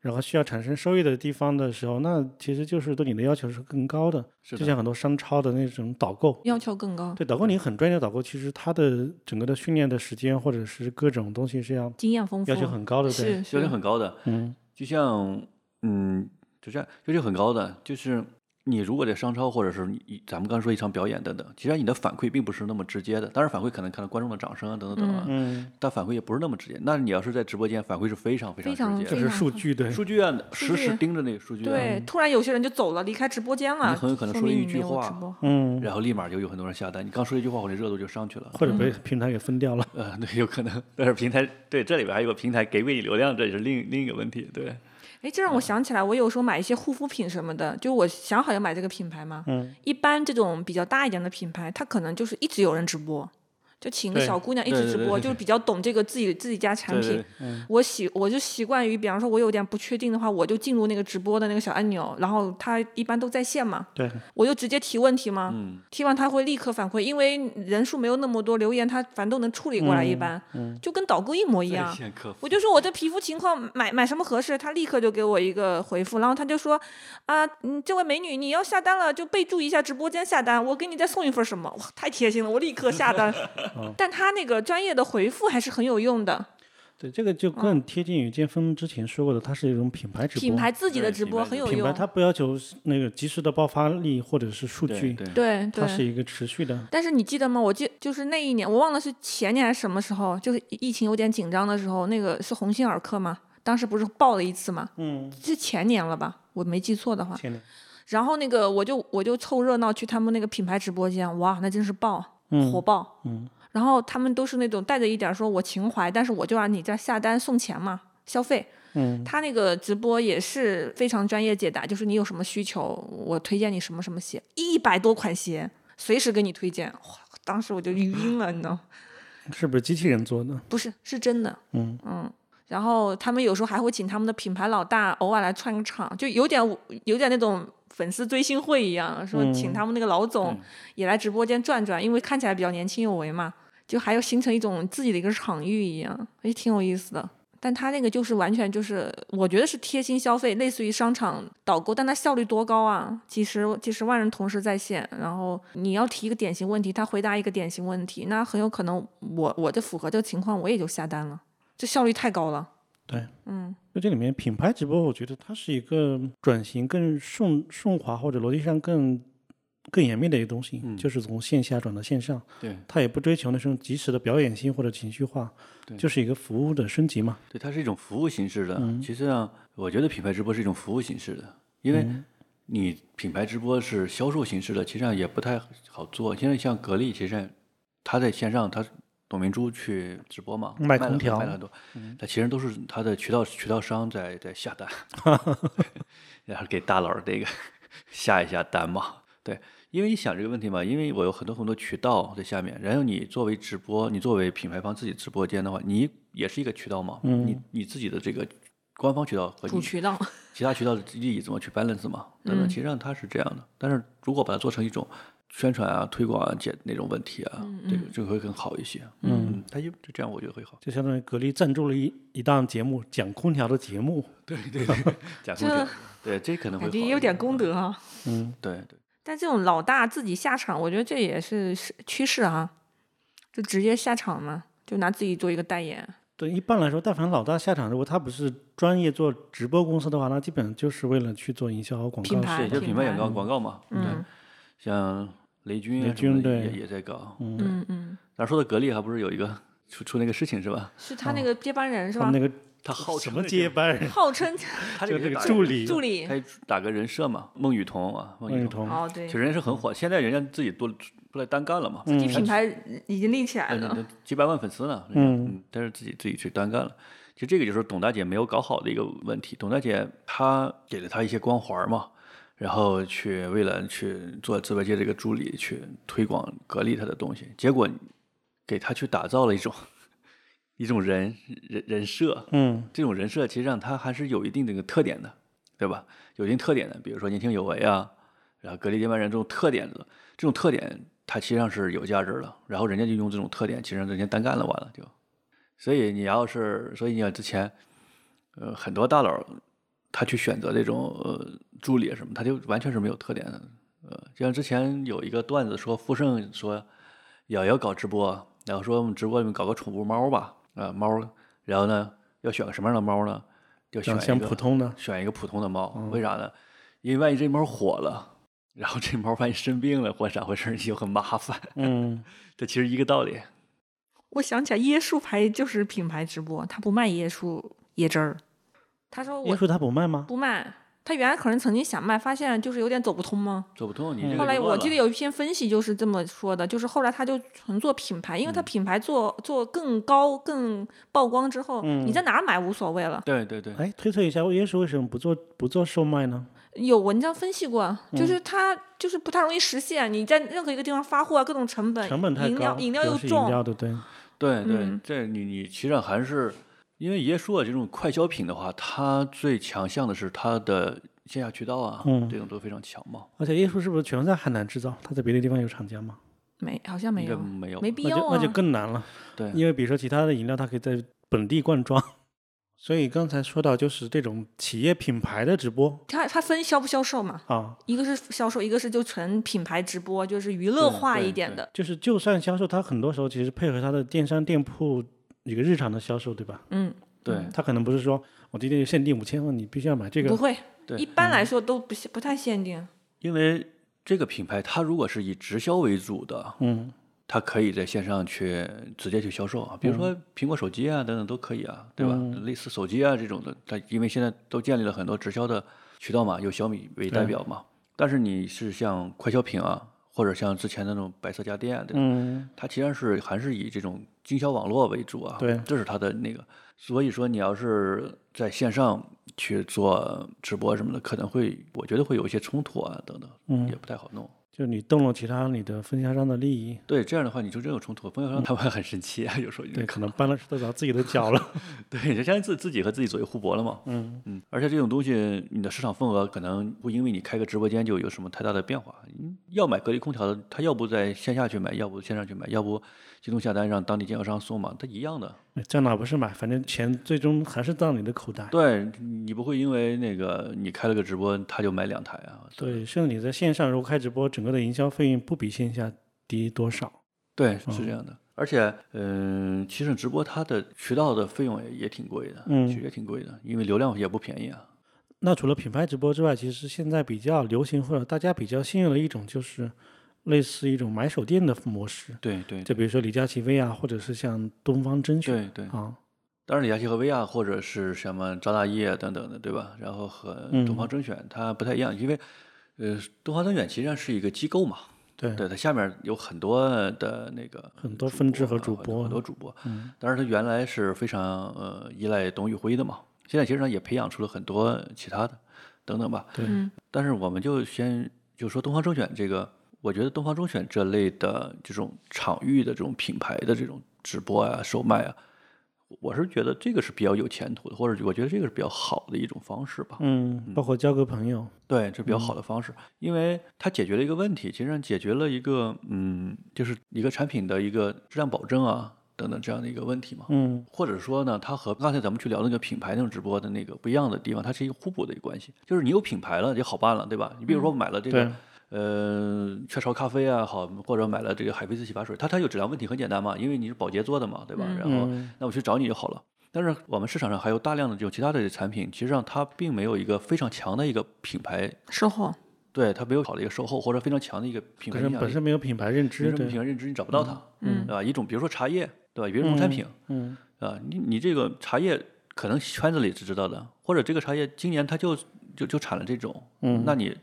Speaker 2: 然后需要产生收益的地方的时候，那其实就是对你的要求是更高的。嗯
Speaker 1: 是
Speaker 2: 就
Speaker 1: 的，
Speaker 2: 像很多商超的那种导购，
Speaker 3: 要求更高，
Speaker 2: 对导购你很专业的导购，其实他的整个的训练的时间或者是各种东西是要
Speaker 3: 经验丰富，
Speaker 2: 要求很高的。对，
Speaker 3: 是
Speaker 1: 要求
Speaker 3: 是，
Speaker 1: 很高的。
Speaker 2: 嗯，
Speaker 1: 就像嗯，就这样，要求很高的，就是你如果在商超或者是你咱们刚说一场表演等等，其实你的反馈并不是那么直接的。当然，反馈可能看到观众的掌声啊，等等等啊，
Speaker 2: 嗯，
Speaker 1: 但反馈也不是那么直接。那你要是在直播间，反馈是非常非
Speaker 3: 非常
Speaker 1: 直
Speaker 2: 这
Speaker 1: 接的。
Speaker 3: 非
Speaker 2: 是
Speaker 3: 常
Speaker 2: 数
Speaker 3: 好
Speaker 2: 据对，
Speaker 1: 数据啊，
Speaker 3: 数
Speaker 1: 实
Speaker 3: 据
Speaker 1: 时盯着那个数据啊，
Speaker 3: 对，突然有些人就走了，离开直播间了，
Speaker 1: 你很有可能
Speaker 3: 说
Speaker 1: 说了
Speaker 3: 明
Speaker 1: 一
Speaker 3: 你
Speaker 1: 句
Speaker 3: 没有
Speaker 1: 话
Speaker 3: 直播
Speaker 2: 嗯，
Speaker 1: 然后立马就有很多人下单。你刚说一句话，我这热度就上去了。
Speaker 3: 嗯
Speaker 2: 或者被平台给分掉了。
Speaker 1: 呃，对，有可能，但是平台对这里边还有个平台给不给你流量，这也是另另一个问题。对，
Speaker 3: 哎，这让
Speaker 1: 嗯
Speaker 3: 我想起来，我有时候买一些护肤品什么的，就我想好要买这个品牌嘛。
Speaker 2: 嗯，
Speaker 3: 一般这种比较大一点的品牌，它可能就是一直有人直播，就请个
Speaker 1: 对
Speaker 3: 小姑娘一
Speaker 1: 对
Speaker 3: 直
Speaker 1: 对
Speaker 3: 直
Speaker 1: 对 *laughs*
Speaker 3: 播，
Speaker 1: 对
Speaker 3: 就是比较懂这个自己自己家产
Speaker 1: 对
Speaker 3: 品
Speaker 1: 对。
Speaker 3: 我习我就习惯于，比方说我有点不确定的话，我就进入那个直播的那个小按钮，然后它一般都在线嘛，
Speaker 2: *laughs* 对，
Speaker 3: 我就直接提问题嘛。
Speaker 1: 嗯，
Speaker 3: 提完他会立刻反馈，因为人数没有那么多，留言他反正都能处理过
Speaker 1: 嗯
Speaker 3: 来，一般、就跟导购一模一
Speaker 1: 在
Speaker 3: 样。
Speaker 1: 线客服
Speaker 3: 我就说我这皮肤情况买买什么合适，他立刻就给我一个回复，然后他就说啊，嗯，这位美女你要下单了就备注一下直播间下单，我给你再送一份什么，
Speaker 2: 嗯
Speaker 3: 哇，太贴心了，我立刻下单。但他那个专业的回复还是很有用的，
Speaker 2: 对，这个就
Speaker 3: 嗯
Speaker 2: 更贴近于剑锋之前说过的，它是一种品牌直播，
Speaker 3: 品牌自己的
Speaker 1: 对
Speaker 3: 直
Speaker 1: 品
Speaker 3: 播
Speaker 1: 牌
Speaker 3: 很
Speaker 1: 直
Speaker 3: 有
Speaker 1: 播
Speaker 2: 品牌
Speaker 3: 用，
Speaker 2: 它不要求是那个及时的爆发力或者是数
Speaker 1: 对
Speaker 2: 据，
Speaker 1: 对，
Speaker 3: 对
Speaker 2: 它是
Speaker 3: 对。
Speaker 2: 一个持续的。
Speaker 3: 但是你记得吗？我记就是那一年，我忘了是前年还是什么时候，就是疫情有点紧张的时候，那个是鸿星尔克吗？当时不是爆了一次吗？
Speaker 2: 嗯，
Speaker 3: 是前年了吧？我没记错的话。
Speaker 2: 前年，
Speaker 3: 然后那个我就我就凑热闹去他们那个品牌直播间，哇，那真是爆，火
Speaker 2: 嗯
Speaker 3: 爆。
Speaker 2: 嗯，
Speaker 3: 然后他们都是那种带着一点儿说我情怀，但是我就让你在下单送钱嘛，消费。
Speaker 2: 嗯，
Speaker 3: 他那个直播也是非常专业解答，就是你有什么需求，我推荐你什么什么鞋，一百多款鞋，随时给你推荐。哇，当时我就语音了，你知道吗？
Speaker 2: 是不是机器人做的？
Speaker 3: 不是，是真的。
Speaker 2: 嗯
Speaker 3: 然后他们有时候还会请他们的品牌老大偶尔来串个场，就有点有点那种粉丝追星会一样，说请他们那个老总也来直播间转转，因为看起来比较年轻有为嘛，就还要形成一种自己的一个场域一样，也挺有意思的。但他那个就是完全就是，我觉得是贴心消费，类似于商场导购，但它效率多高啊！几十几十万人同时在线，然后你要提一个典型问题，他回答一个典型问题，那很有可能我我这符合这个情况，我也就下单了，这效率太高了。
Speaker 2: 对，
Speaker 3: 嗯，
Speaker 2: 就这里面品牌直播，我觉得它是一个转型更顺顺滑或者逻辑上更更严密的一个东西，
Speaker 1: 嗯
Speaker 2: 就是从线下转到线上，
Speaker 1: 对
Speaker 2: 它也不追求那种及时的表演性或者情绪化，
Speaker 1: 对
Speaker 2: 就是一个服务的升级嘛。
Speaker 1: 对，它是一种服务形式的。
Speaker 2: 嗯
Speaker 1: 其实啊，我觉得品牌直播是一种服务形式的，因为
Speaker 2: 嗯
Speaker 1: 你品牌直播是销售形式的，其实上也不太好做。现在像格力，其实他在线上，他董明珠去直播嘛，
Speaker 2: 卖
Speaker 1: 卖
Speaker 2: 空
Speaker 1: 了很
Speaker 2: 调嗯
Speaker 1: 卖了很多，他其实都是他的渠道渠道商在在下
Speaker 2: *laughs*
Speaker 1: 单，然后给大佬儿这个下一下单嘛。对，因为你想这个问题嘛，因为我有很多很多渠道在下面，然后你作为直播，你作为品牌方自己直播间的话，你也是一个渠道嘛，你你自己的这个官方渠道和
Speaker 3: 主
Speaker 1: 你
Speaker 3: 渠道， *laughs*
Speaker 1: 其他渠道的利益怎么去 balance 嘛？等等，
Speaker 3: 嗯
Speaker 1: 其实上它是这样的，但是如果把它做成一种宣传啊、推广啊、解那种问题啊，这个就会更好一些。嗯，它就就这样，我觉得会好。
Speaker 2: 就相当于格力赞助了一一档节目，讲空调的节目，
Speaker 1: 对对对， *laughs* 假空调，对这可能会
Speaker 3: 感
Speaker 1: 好
Speaker 3: 觉
Speaker 1: 一
Speaker 3: 也有点功德啊。
Speaker 2: 嗯，
Speaker 1: 对对，
Speaker 3: 但这种老大自己下场，我觉得这也是是趋势啊，就直接下场嘛，就拿自己做一个代言。
Speaker 2: 对，一般来说，但凡老大下场，如果他不是专业做直播公司的话，那基本上就是为了去做营销和广
Speaker 3: 品
Speaker 2: 告
Speaker 3: 牌
Speaker 1: 对，
Speaker 2: 事业。
Speaker 1: 就是品牌广告
Speaker 2: 嗯
Speaker 1: 广告嘛。对，
Speaker 3: 嗯
Speaker 1: 像雷军
Speaker 2: 雷
Speaker 1: 啊什么的
Speaker 2: 军对
Speaker 1: 也也在搞。嗯，
Speaker 3: 嗯嗯，
Speaker 1: 咱说到格力，还不是有一个出出那个事情是吧？
Speaker 3: 是他那个接班人是
Speaker 2: 哦他
Speaker 3: 吧
Speaker 2: 们？那个
Speaker 1: 他号
Speaker 2: 什
Speaker 1: 称
Speaker 2: 么
Speaker 1: 那
Speaker 2: 接
Speaker 1: 个，
Speaker 2: 班人，
Speaker 3: 号称
Speaker 1: 他
Speaker 2: 就
Speaker 1: 这
Speaker 2: 那
Speaker 1: 个
Speaker 2: 个
Speaker 1: 打
Speaker 2: *laughs* 助
Speaker 1: 人，
Speaker 2: 理
Speaker 3: *laughs* 助理
Speaker 1: 他。打个人设嘛，孟雨桐啊，孟
Speaker 2: 孟
Speaker 1: 雨
Speaker 2: 雨
Speaker 1: 桐。
Speaker 2: 桐，嗯
Speaker 3: 哦，对
Speaker 1: 其，实人是很火，现在人家自己多出来单干了嘛，
Speaker 3: 自己品牌已经立起来
Speaker 1: 哎那
Speaker 3: 了。
Speaker 1: 那几百万粉丝呢，人家嗯，但是自己自己去单干了。其实这个就是董大姐没有搞好的一个问题。董大姐她给了她一些光环嘛，然后去为了去做直播界这个助理，去推广格力她的东西，结果给她去打造了一种一种人人人设，
Speaker 2: 嗯，
Speaker 1: 这种人设其实让他还是有一定的一个特点的，对吧？有一定特点的，比如说年轻有为啊，然后格力接班人这种特点的，这种特点它其实上是有价值的。然后人家就用这种特点，其实让人家单干了完了就。所以你要是，所以你要之前，呃，很多大佬他去选择这种呃助理什么，他就完全是没有特点的。呃，就像之前有一个段子说，傅盛说也要搞直播，然后说我们直播里面搞个宠物猫吧，啊、猫，然后呢要选个什么样的猫呢？要选
Speaker 2: 长
Speaker 1: 一
Speaker 2: 相
Speaker 1: 个
Speaker 2: 普
Speaker 1: *laughs*
Speaker 2: 通的，
Speaker 1: 选一个普通的猫，
Speaker 2: 嗯
Speaker 1: 为啥呢？因为万一这猫火了， *laughs* 然后这猫万一生病了或者咋回事儿，就很麻烦。 *laughs*
Speaker 2: 嗯，
Speaker 1: 这其实一个道理。
Speaker 3: 我想起来，椰树牌就是品牌直播，他不卖椰树椰汁儿。他说
Speaker 2: 椰
Speaker 3: 我
Speaker 2: 树他不卖吗？
Speaker 3: 不卖，他原来可能曾经想卖，发现就是有点走不通嘛。
Speaker 1: 走不通，你
Speaker 2: 嗯
Speaker 1: 这个
Speaker 3: 后来
Speaker 1: 就
Speaker 3: 我
Speaker 1: 乱
Speaker 3: 记
Speaker 1: 了
Speaker 3: 得有一篇分析就是这么说的，就是后来他就纯做品牌，因为他
Speaker 2: 嗯
Speaker 3: 品牌做做更高、更曝光之后，你
Speaker 2: 嗯
Speaker 3: 在哪儿买无所谓了。
Speaker 1: 对对对，
Speaker 2: 哎，推测一下，椰树为什么不做不做售卖呢？
Speaker 3: 有文章分析过，
Speaker 2: 嗯
Speaker 3: 就是它就是不太容易实现，你在任何一个地方发货啊，各种成本，
Speaker 2: 成本太
Speaker 3: 饮
Speaker 2: 高，
Speaker 3: 料饮料
Speaker 2: 主
Speaker 3: 又
Speaker 2: 要是饮料
Speaker 3: 重，
Speaker 2: 的
Speaker 1: 对
Speaker 2: 对，
Speaker 1: 对
Speaker 3: 嗯，
Speaker 1: 这你你其实上还是因为椰树啊这种快消品的话，它最强项的是它的线下渠道啊，
Speaker 2: 嗯
Speaker 1: 这种都非常强嘛。
Speaker 2: 而且椰树是不是全在海南制造？它在别的地方有厂家吗？
Speaker 3: 没好像没
Speaker 1: 应该
Speaker 3: 有，
Speaker 1: 没有
Speaker 3: 没
Speaker 1: 吧
Speaker 3: 必
Speaker 2: 那
Speaker 3: 要
Speaker 2: 就
Speaker 3: 啊
Speaker 2: 那就。更难了。
Speaker 1: 对
Speaker 2: 因为比如说其他的饮料，它可以在本地灌装。 *laughs* 所以刚才说到，就是这种企业品牌的直播
Speaker 3: 它它分销不销售嘛，
Speaker 2: 啊，
Speaker 3: 一个是销售，一个是就纯品牌直播，就是娱乐
Speaker 1: 对
Speaker 3: 化
Speaker 1: 对
Speaker 3: 一点
Speaker 1: 对
Speaker 3: 的。
Speaker 2: 就是就算销售，它很多时候其实配合它的电商店铺一个日常的销售，对吧？
Speaker 3: 嗯，
Speaker 1: 对
Speaker 3: 嗯
Speaker 2: 他可能不是说我今天限定五千万，你必须要买这
Speaker 3: 不
Speaker 2: 个。嗯
Speaker 3: 会，
Speaker 1: 对
Speaker 3: 一般来说都不不太限定。
Speaker 1: 因为这个品牌它如果是以直销为主的，
Speaker 2: 嗯，
Speaker 1: 它可以在线上去直接去销售啊，比如
Speaker 2: 嗯
Speaker 1: 说苹果手机啊等等都可以啊，对吧？类似手机啊这种的，它因为现在都建立了很多直销的渠道嘛，有小米为代表嘛。但是你是像快消品啊，或者像之前那种百色家电啊，对吧？
Speaker 2: 嗯，
Speaker 1: 它其实是还是以这种经销网络为主啊，
Speaker 2: 对
Speaker 1: 这是它的那个。所以说，你要是在线上去做直播什么的，可能会我觉得会有一些冲突啊，等等，
Speaker 2: 嗯
Speaker 1: 也不太好弄。
Speaker 2: 就你动了其他你的分销商的利益，
Speaker 1: 对，这样的话你就真有冲突，分销商他们会很生气啊，有时候
Speaker 2: 对，可能搬了石头砸自己的脚了。 *laughs*
Speaker 1: *laughs* 对，就相当于自自己和自己左右互搏了嘛。
Speaker 2: 嗯
Speaker 1: 嗯，而且这种东西，你的市场份额可能不因为你开个直播间就有什么太大的变化。嗯要买格力空调的，他要不在线下去买，要不线上去买，要不京东下单让当地经销商送嘛，它一样的。
Speaker 2: 哎在哪不是买，反正钱最终还是到你的口袋。
Speaker 1: 对你不会因为那个你开了个直播，他就买两台啊。
Speaker 2: 对，甚至你在线上如果开直播，整个的营销费用不比线下低多少。
Speaker 1: 对，
Speaker 2: 嗯
Speaker 1: 是这样的。而且，嗯、其实直播它的渠道的费用也也挺贵的，
Speaker 2: 嗯
Speaker 1: 其实也挺贵的，因为流量也不便宜啊。
Speaker 2: 那除了品牌直播之外，其实现在比较流行或者大家比较信任的一种就是类似一种买手店的模式，
Speaker 1: 对对
Speaker 2: 就比如说李佳琦 V 啊，或者是像东方甄选
Speaker 1: 对对，
Speaker 2: 啊，
Speaker 1: 当然，李佳琦和薇娅或者是什么张大奕啊等等的，对吧？然后和
Speaker 2: 嗯
Speaker 1: 东方甄选它不太一样，因为呃，东方甄选其实上是一个机构嘛，
Speaker 2: 对，
Speaker 1: 对，它下面有很多的那个
Speaker 2: 很多
Speaker 1: 主
Speaker 2: 分支
Speaker 1: 播
Speaker 2: 和
Speaker 1: 啊
Speaker 2: 主
Speaker 1: 很
Speaker 2: 播嗯
Speaker 1: 很多主播。当然，它原来是非常呃依赖董宇辉的嘛，现在其实上也培养出了很多其他的等等吧。
Speaker 2: 对
Speaker 3: 嗯
Speaker 1: 但是我们就先就说东方甄选这个，我觉得东方甄选这类的这种场域的这种品牌的这种直播啊、售卖啊，我是觉得这个是比较有前途的，或者我觉得这个是比较好的一种方式吧。
Speaker 2: 嗯，包括交个朋友，
Speaker 1: 对，这比较好的方式，因为它解决了一个问题，其实上解决了一个嗯，就是一个产品的一个质量保证啊等等这样的一个问题嘛。
Speaker 2: 嗯
Speaker 1: 或者说呢，它和刚才咱们去聊那个品牌那种直播的那个不一样的地方，它是一个互补的一个关系。就是你有品牌了，就好办了，对吧？你比如说买了这个、呃雀巢咖啡啊，好，或者买了这个海飞丝洗发水，它它有质量问题很简单嘛，因为你是保洁做的嘛，对吧？
Speaker 3: 嗯
Speaker 1: 然后
Speaker 2: 哦
Speaker 1: 那我去找你就好了。但是我们市场上还有大量的这种其他的产品，其实上它并没有一个非常强的一个品牌，
Speaker 3: 售后，
Speaker 1: 对它没有好的一个售后或者非常强的一个品
Speaker 2: 可
Speaker 1: 牌
Speaker 2: 能
Speaker 1: 影响
Speaker 2: 本
Speaker 1: 力。
Speaker 2: 身没有品牌认
Speaker 1: 没
Speaker 2: 知，
Speaker 1: 什么品
Speaker 2: 对，
Speaker 1: 牌认知，你找不到它，
Speaker 3: 嗯
Speaker 1: 对吧？一种比如说茶叶，对吧？比如说农产品，
Speaker 2: 嗯
Speaker 1: 啊，你你这个茶叶可能圈子里是知道的，或者这个茶叶今年它就就就产了这种，嗯，那你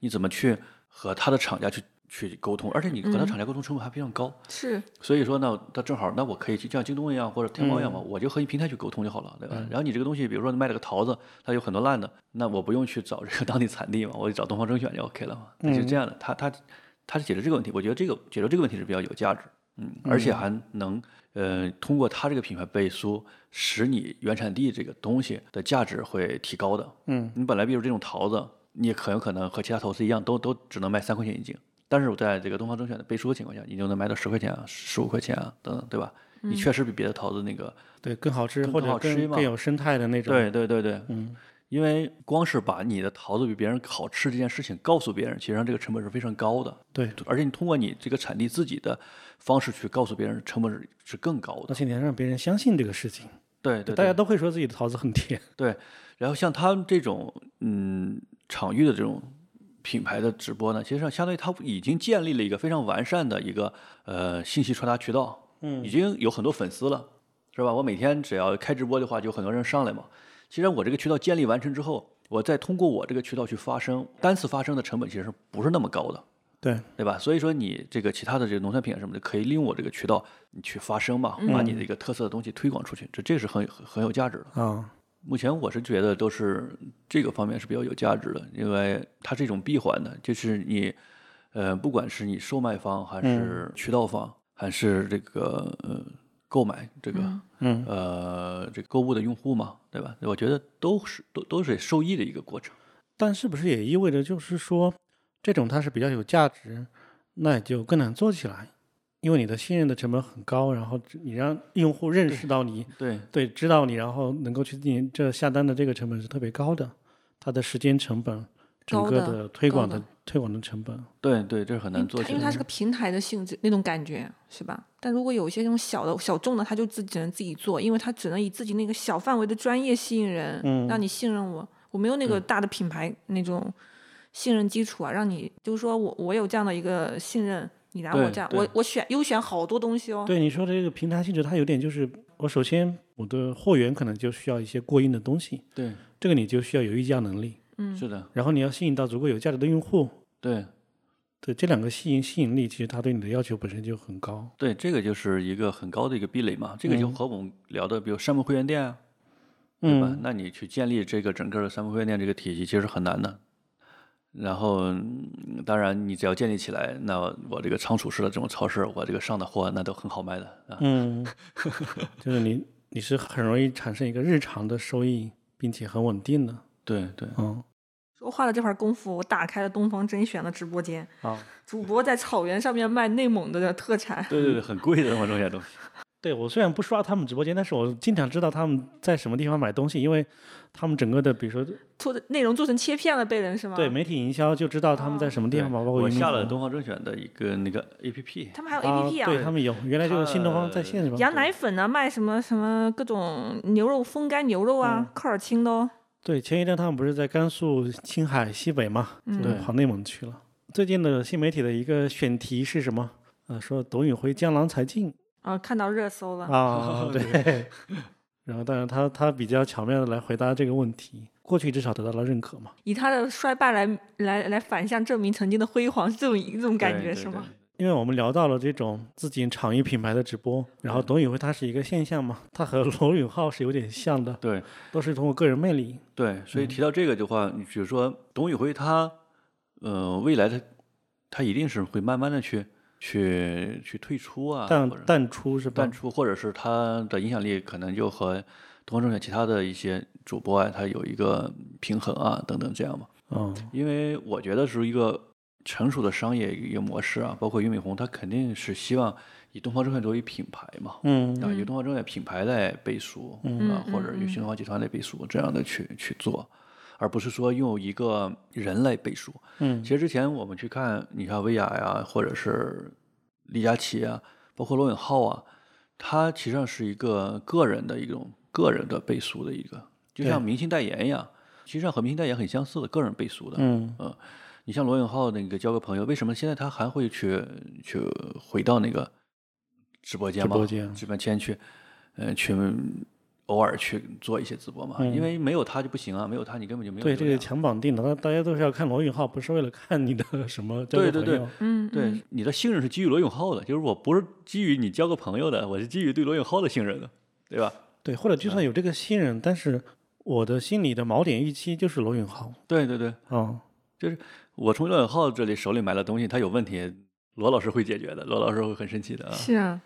Speaker 1: 你怎么去和它的厂家去去沟通？而且你和它厂家沟通成本还非常高，
Speaker 3: 是
Speaker 1: 所以说呢，它正好，那我可以去像京东一样或者天猫一样嘛，我就和你平台去沟通就好了，对吧？然后你这个东西，比如说你卖了个桃子，它有很多烂的，那我不用去找这个当地产地嘛， *laughs* 我就找东方甄选就 OK 了嘛，那就是这样的，它它它是解决这个问题，我觉得这个解决这个问题是比较有价值，嗯，而且还能呃通过它这个品牌背书，使你原产地这个东西的价值会提高的，
Speaker 2: 嗯，
Speaker 1: 你本来比如这种桃子，你也很有可能和其他桃子一样，都都只能卖三块钱一斤。但是我在这个东方甄选的背书的情况下，你就能卖到十块钱啊、十五块钱啊等等，对吧？你确实比别的桃子那个，
Speaker 2: 对，更好吃
Speaker 1: 更
Speaker 2: 或
Speaker 1: 更
Speaker 2: 者
Speaker 1: 好吃
Speaker 2: 更
Speaker 1: 嘛
Speaker 2: 更有生态的那种，
Speaker 1: 对对对对，嗯，因为光是把你的桃子比别人好吃这件事情告诉别人，其实上这个成本是非常高的，
Speaker 2: 对，
Speaker 1: 而且你通过你这个产地自己的方式去告诉别人，成本是是更高
Speaker 2: 而
Speaker 1: 的。
Speaker 2: 且你要让别人相信这个事情，
Speaker 1: 对对，
Speaker 2: 大
Speaker 1: 对
Speaker 2: 家都会说自己的桃子很
Speaker 1: *laughs*
Speaker 2: 甜，
Speaker 1: 对，然后像他们这种嗯场域的这种品牌的直播呢，其实上相当于它已经建立了一个非常完善的一个呃信息传达渠道，嗯，已经有很多粉丝了，是吧？我每天只要开直播的话，就有很多人上来嘛。其实我这个渠道建立完成之后，我再通过我这个渠道去发声，单次发声的成本其实不是那么高的。
Speaker 2: 对，
Speaker 1: 对吧？所以说你这个其他的这个农产品啊什么的，可以利用我这个渠道，你去发声嘛，把你的一个特色的东西推广出去，这这是很很很有价值的。
Speaker 2: 啊，
Speaker 1: 目前我是觉得都是这个方面是比较有价值的，因为它是一种闭环的，就是你，呃，不管是你售卖方
Speaker 3: 嗯
Speaker 1: 还是渠道方，还是这个呃购买这个、
Speaker 2: 嗯，
Speaker 1: 呃这个购物的用户嘛，对吧？我觉得都是都都是受益的一个过程。
Speaker 2: 但是不是也意味着就是说，这种它是比较有价值，那也就更难做起来，因为你的信任的成本很高，然后只你让用户认识到你，
Speaker 1: 对
Speaker 2: 对，知道你，然后能够去进行这下单的这个成本是特别高的，它的时间成本、整
Speaker 3: 高
Speaker 2: 个
Speaker 3: 的
Speaker 2: 的推广
Speaker 3: 高
Speaker 2: 的
Speaker 3: 的
Speaker 2: 推广的成本。
Speaker 1: 对对，这是很
Speaker 3: 因为
Speaker 1: 难做
Speaker 3: 嗯它
Speaker 1: 起
Speaker 3: 因为
Speaker 1: 来
Speaker 3: 它
Speaker 1: 的。
Speaker 3: 是个平台的性质，那种感觉是吧？但如果有一些那种小的小众的，他就自己只能自己做，因为他只能以自己那个小范围的专业吸引人，
Speaker 2: 嗯
Speaker 3: 让你信任我。我没有
Speaker 1: 嗯
Speaker 3: 那个大的品牌那种信任基础啊，让你就是说我我有这样的一个信任，你来我
Speaker 1: 对
Speaker 3: 这儿，
Speaker 1: 对
Speaker 3: 我我选优选好多东西哦。
Speaker 2: 对你说这个平台性质，它有点就是，我首先我的货源可能就需要一些过硬的东西，
Speaker 1: 对，
Speaker 2: 这个你就需要有议价能力，
Speaker 3: 嗯
Speaker 1: 是的，
Speaker 2: 然后你要吸引到足够有价值的用户，
Speaker 1: 对
Speaker 2: 对这两个吸引吸引力，其实它对你的要求本身就很高。
Speaker 1: 对，这个就是一个很高的一个壁垒嘛。这个就
Speaker 2: 嗯
Speaker 1: 和我们聊的，比如山姆会员店啊，对吧
Speaker 2: 嗯？，
Speaker 1: 那你去建立这个整个的三不会店这个体系，其实很难的。然后，嗯当然你只要建立起来，那我这个仓储式的这种超市，我这个上的货那都很好卖的啊。
Speaker 3: *laughs*
Speaker 2: 嗯，就是你你是很容易产生一个日常的收益，并且很稳定的。
Speaker 1: 对对，
Speaker 2: 嗯，
Speaker 3: 我花了这块功夫，我打开了东方甄选的直播间，
Speaker 1: 啊
Speaker 2: 好，
Speaker 3: *laughs* 主播在草原上面卖内蒙的特
Speaker 1: *laughs*
Speaker 3: 产。
Speaker 1: 对对对，很贵的那种东西东西。
Speaker 2: 对我虽然不刷他们直播间，但是我经常知道他们在什么地方买东西，因为他们整个的，比如说
Speaker 3: 做的内容做成切片了，被人是
Speaker 1: 啊
Speaker 3: 吗？
Speaker 2: 对媒体营销就知道他们在什么地
Speaker 1: 对
Speaker 2: 方买，包括
Speaker 1: 我
Speaker 2: 云
Speaker 1: 下
Speaker 2: 民
Speaker 1: 了
Speaker 2: 房
Speaker 1: 东方甄选的一个那个 A P P，
Speaker 3: 他们还有
Speaker 2: 啊
Speaker 3: APP 啊，
Speaker 2: 对他们有，原来就是新东
Speaker 1: 呃
Speaker 2: 方在线是吧？
Speaker 3: 羊奶粉啊，卖什么什么各种牛肉风干牛肉
Speaker 1: 嗯
Speaker 3: 啊，科尔沁的哦。
Speaker 2: 对，前一阵他们不是在甘肃、青海西北嘛，
Speaker 3: 嗯
Speaker 2: 就是跑内蒙去了。最近的新媒体的一个选题是什么？呃，说董宇辉江郎才尽
Speaker 3: 啊，看到热搜了，
Speaker 1: *laughs*
Speaker 2: 啊，对。 *laughs* 然后，当然他他比较巧妙的来回答这个问题，过去至少得到了认可嘛。
Speaker 3: 以他的衰败来来来反向证明曾经的辉煌，是这种这种感
Speaker 1: 对
Speaker 3: 觉
Speaker 1: 对
Speaker 3: 是
Speaker 1: 对
Speaker 3: 吗？
Speaker 2: 因为我们聊到了这种自己厂一品牌的直播，然后
Speaker 1: 嗯
Speaker 2: 董宇辉他是一个现象嘛，他和 *laughs* 罗永浩是有点像的，
Speaker 1: 对
Speaker 2: 都是通过个人魅力。
Speaker 1: 对，所
Speaker 2: 嗯
Speaker 1: 以提到这个的话，你比如说董宇辉他，呃，未来他他一定是会慢慢的去去去退出啊，
Speaker 2: 淡
Speaker 1: 或者
Speaker 2: 淡出是吧
Speaker 1: 淡？出，或者是他的影响力可能就和东方甄选其他的一些主播啊，他有一个平衡啊，等等这样嘛。
Speaker 2: 嗯，
Speaker 1: 因为我觉得是一个成熟的商业一个模式啊，包括俞敏洪，他肯定是希望以东方甄选作为品牌嘛，
Speaker 2: 嗯
Speaker 1: 啊，由东方甄选品牌来背书、啊，或者由新东方集团来背书，这样的去去做，而不是说用一个人来背书。
Speaker 2: 嗯
Speaker 1: 其实之前我们去看，你看薇娅呀，或者是李佳琦啊，包括罗永浩啊，他其实上是一个个人的一种个人的背书的一个，就像
Speaker 2: 对
Speaker 1: 明星代言一样，其实上和明星代言很相似的，个人背书的。
Speaker 2: 嗯
Speaker 1: 你像罗永浩那个交个朋友，为什么现在他还会去去回到那个直播间嘛？
Speaker 2: 直播间
Speaker 1: 直播间去，呃，去偶尔去做一些直播嘛？
Speaker 2: 嗯
Speaker 1: 因为没有他就不行啊，没有他你根本就没有
Speaker 2: 对，
Speaker 1: 流
Speaker 2: 这个
Speaker 1: 量
Speaker 2: 强绑定的，大大家都是要看罗永浩，不是为了看你的 *laughs* 什么交
Speaker 1: 对对
Speaker 2: 个朋
Speaker 1: 对
Speaker 2: 友。
Speaker 3: 嗯，嗯
Speaker 1: 对，你的信任是基于罗永浩的，就是我不是基于你交个朋友的，我是基于对罗永浩的信任的，对吧？
Speaker 2: 对或者就算有这个信任，但是我的心里的锚点预期就是罗永浩。
Speaker 1: 对对对，
Speaker 2: 嗯，
Speaker 1: 我从罗永浩这里手里买了东西，他有问题，罗老师会解决的，罗老师会很生气的啊。
Speaker 3: 是啊，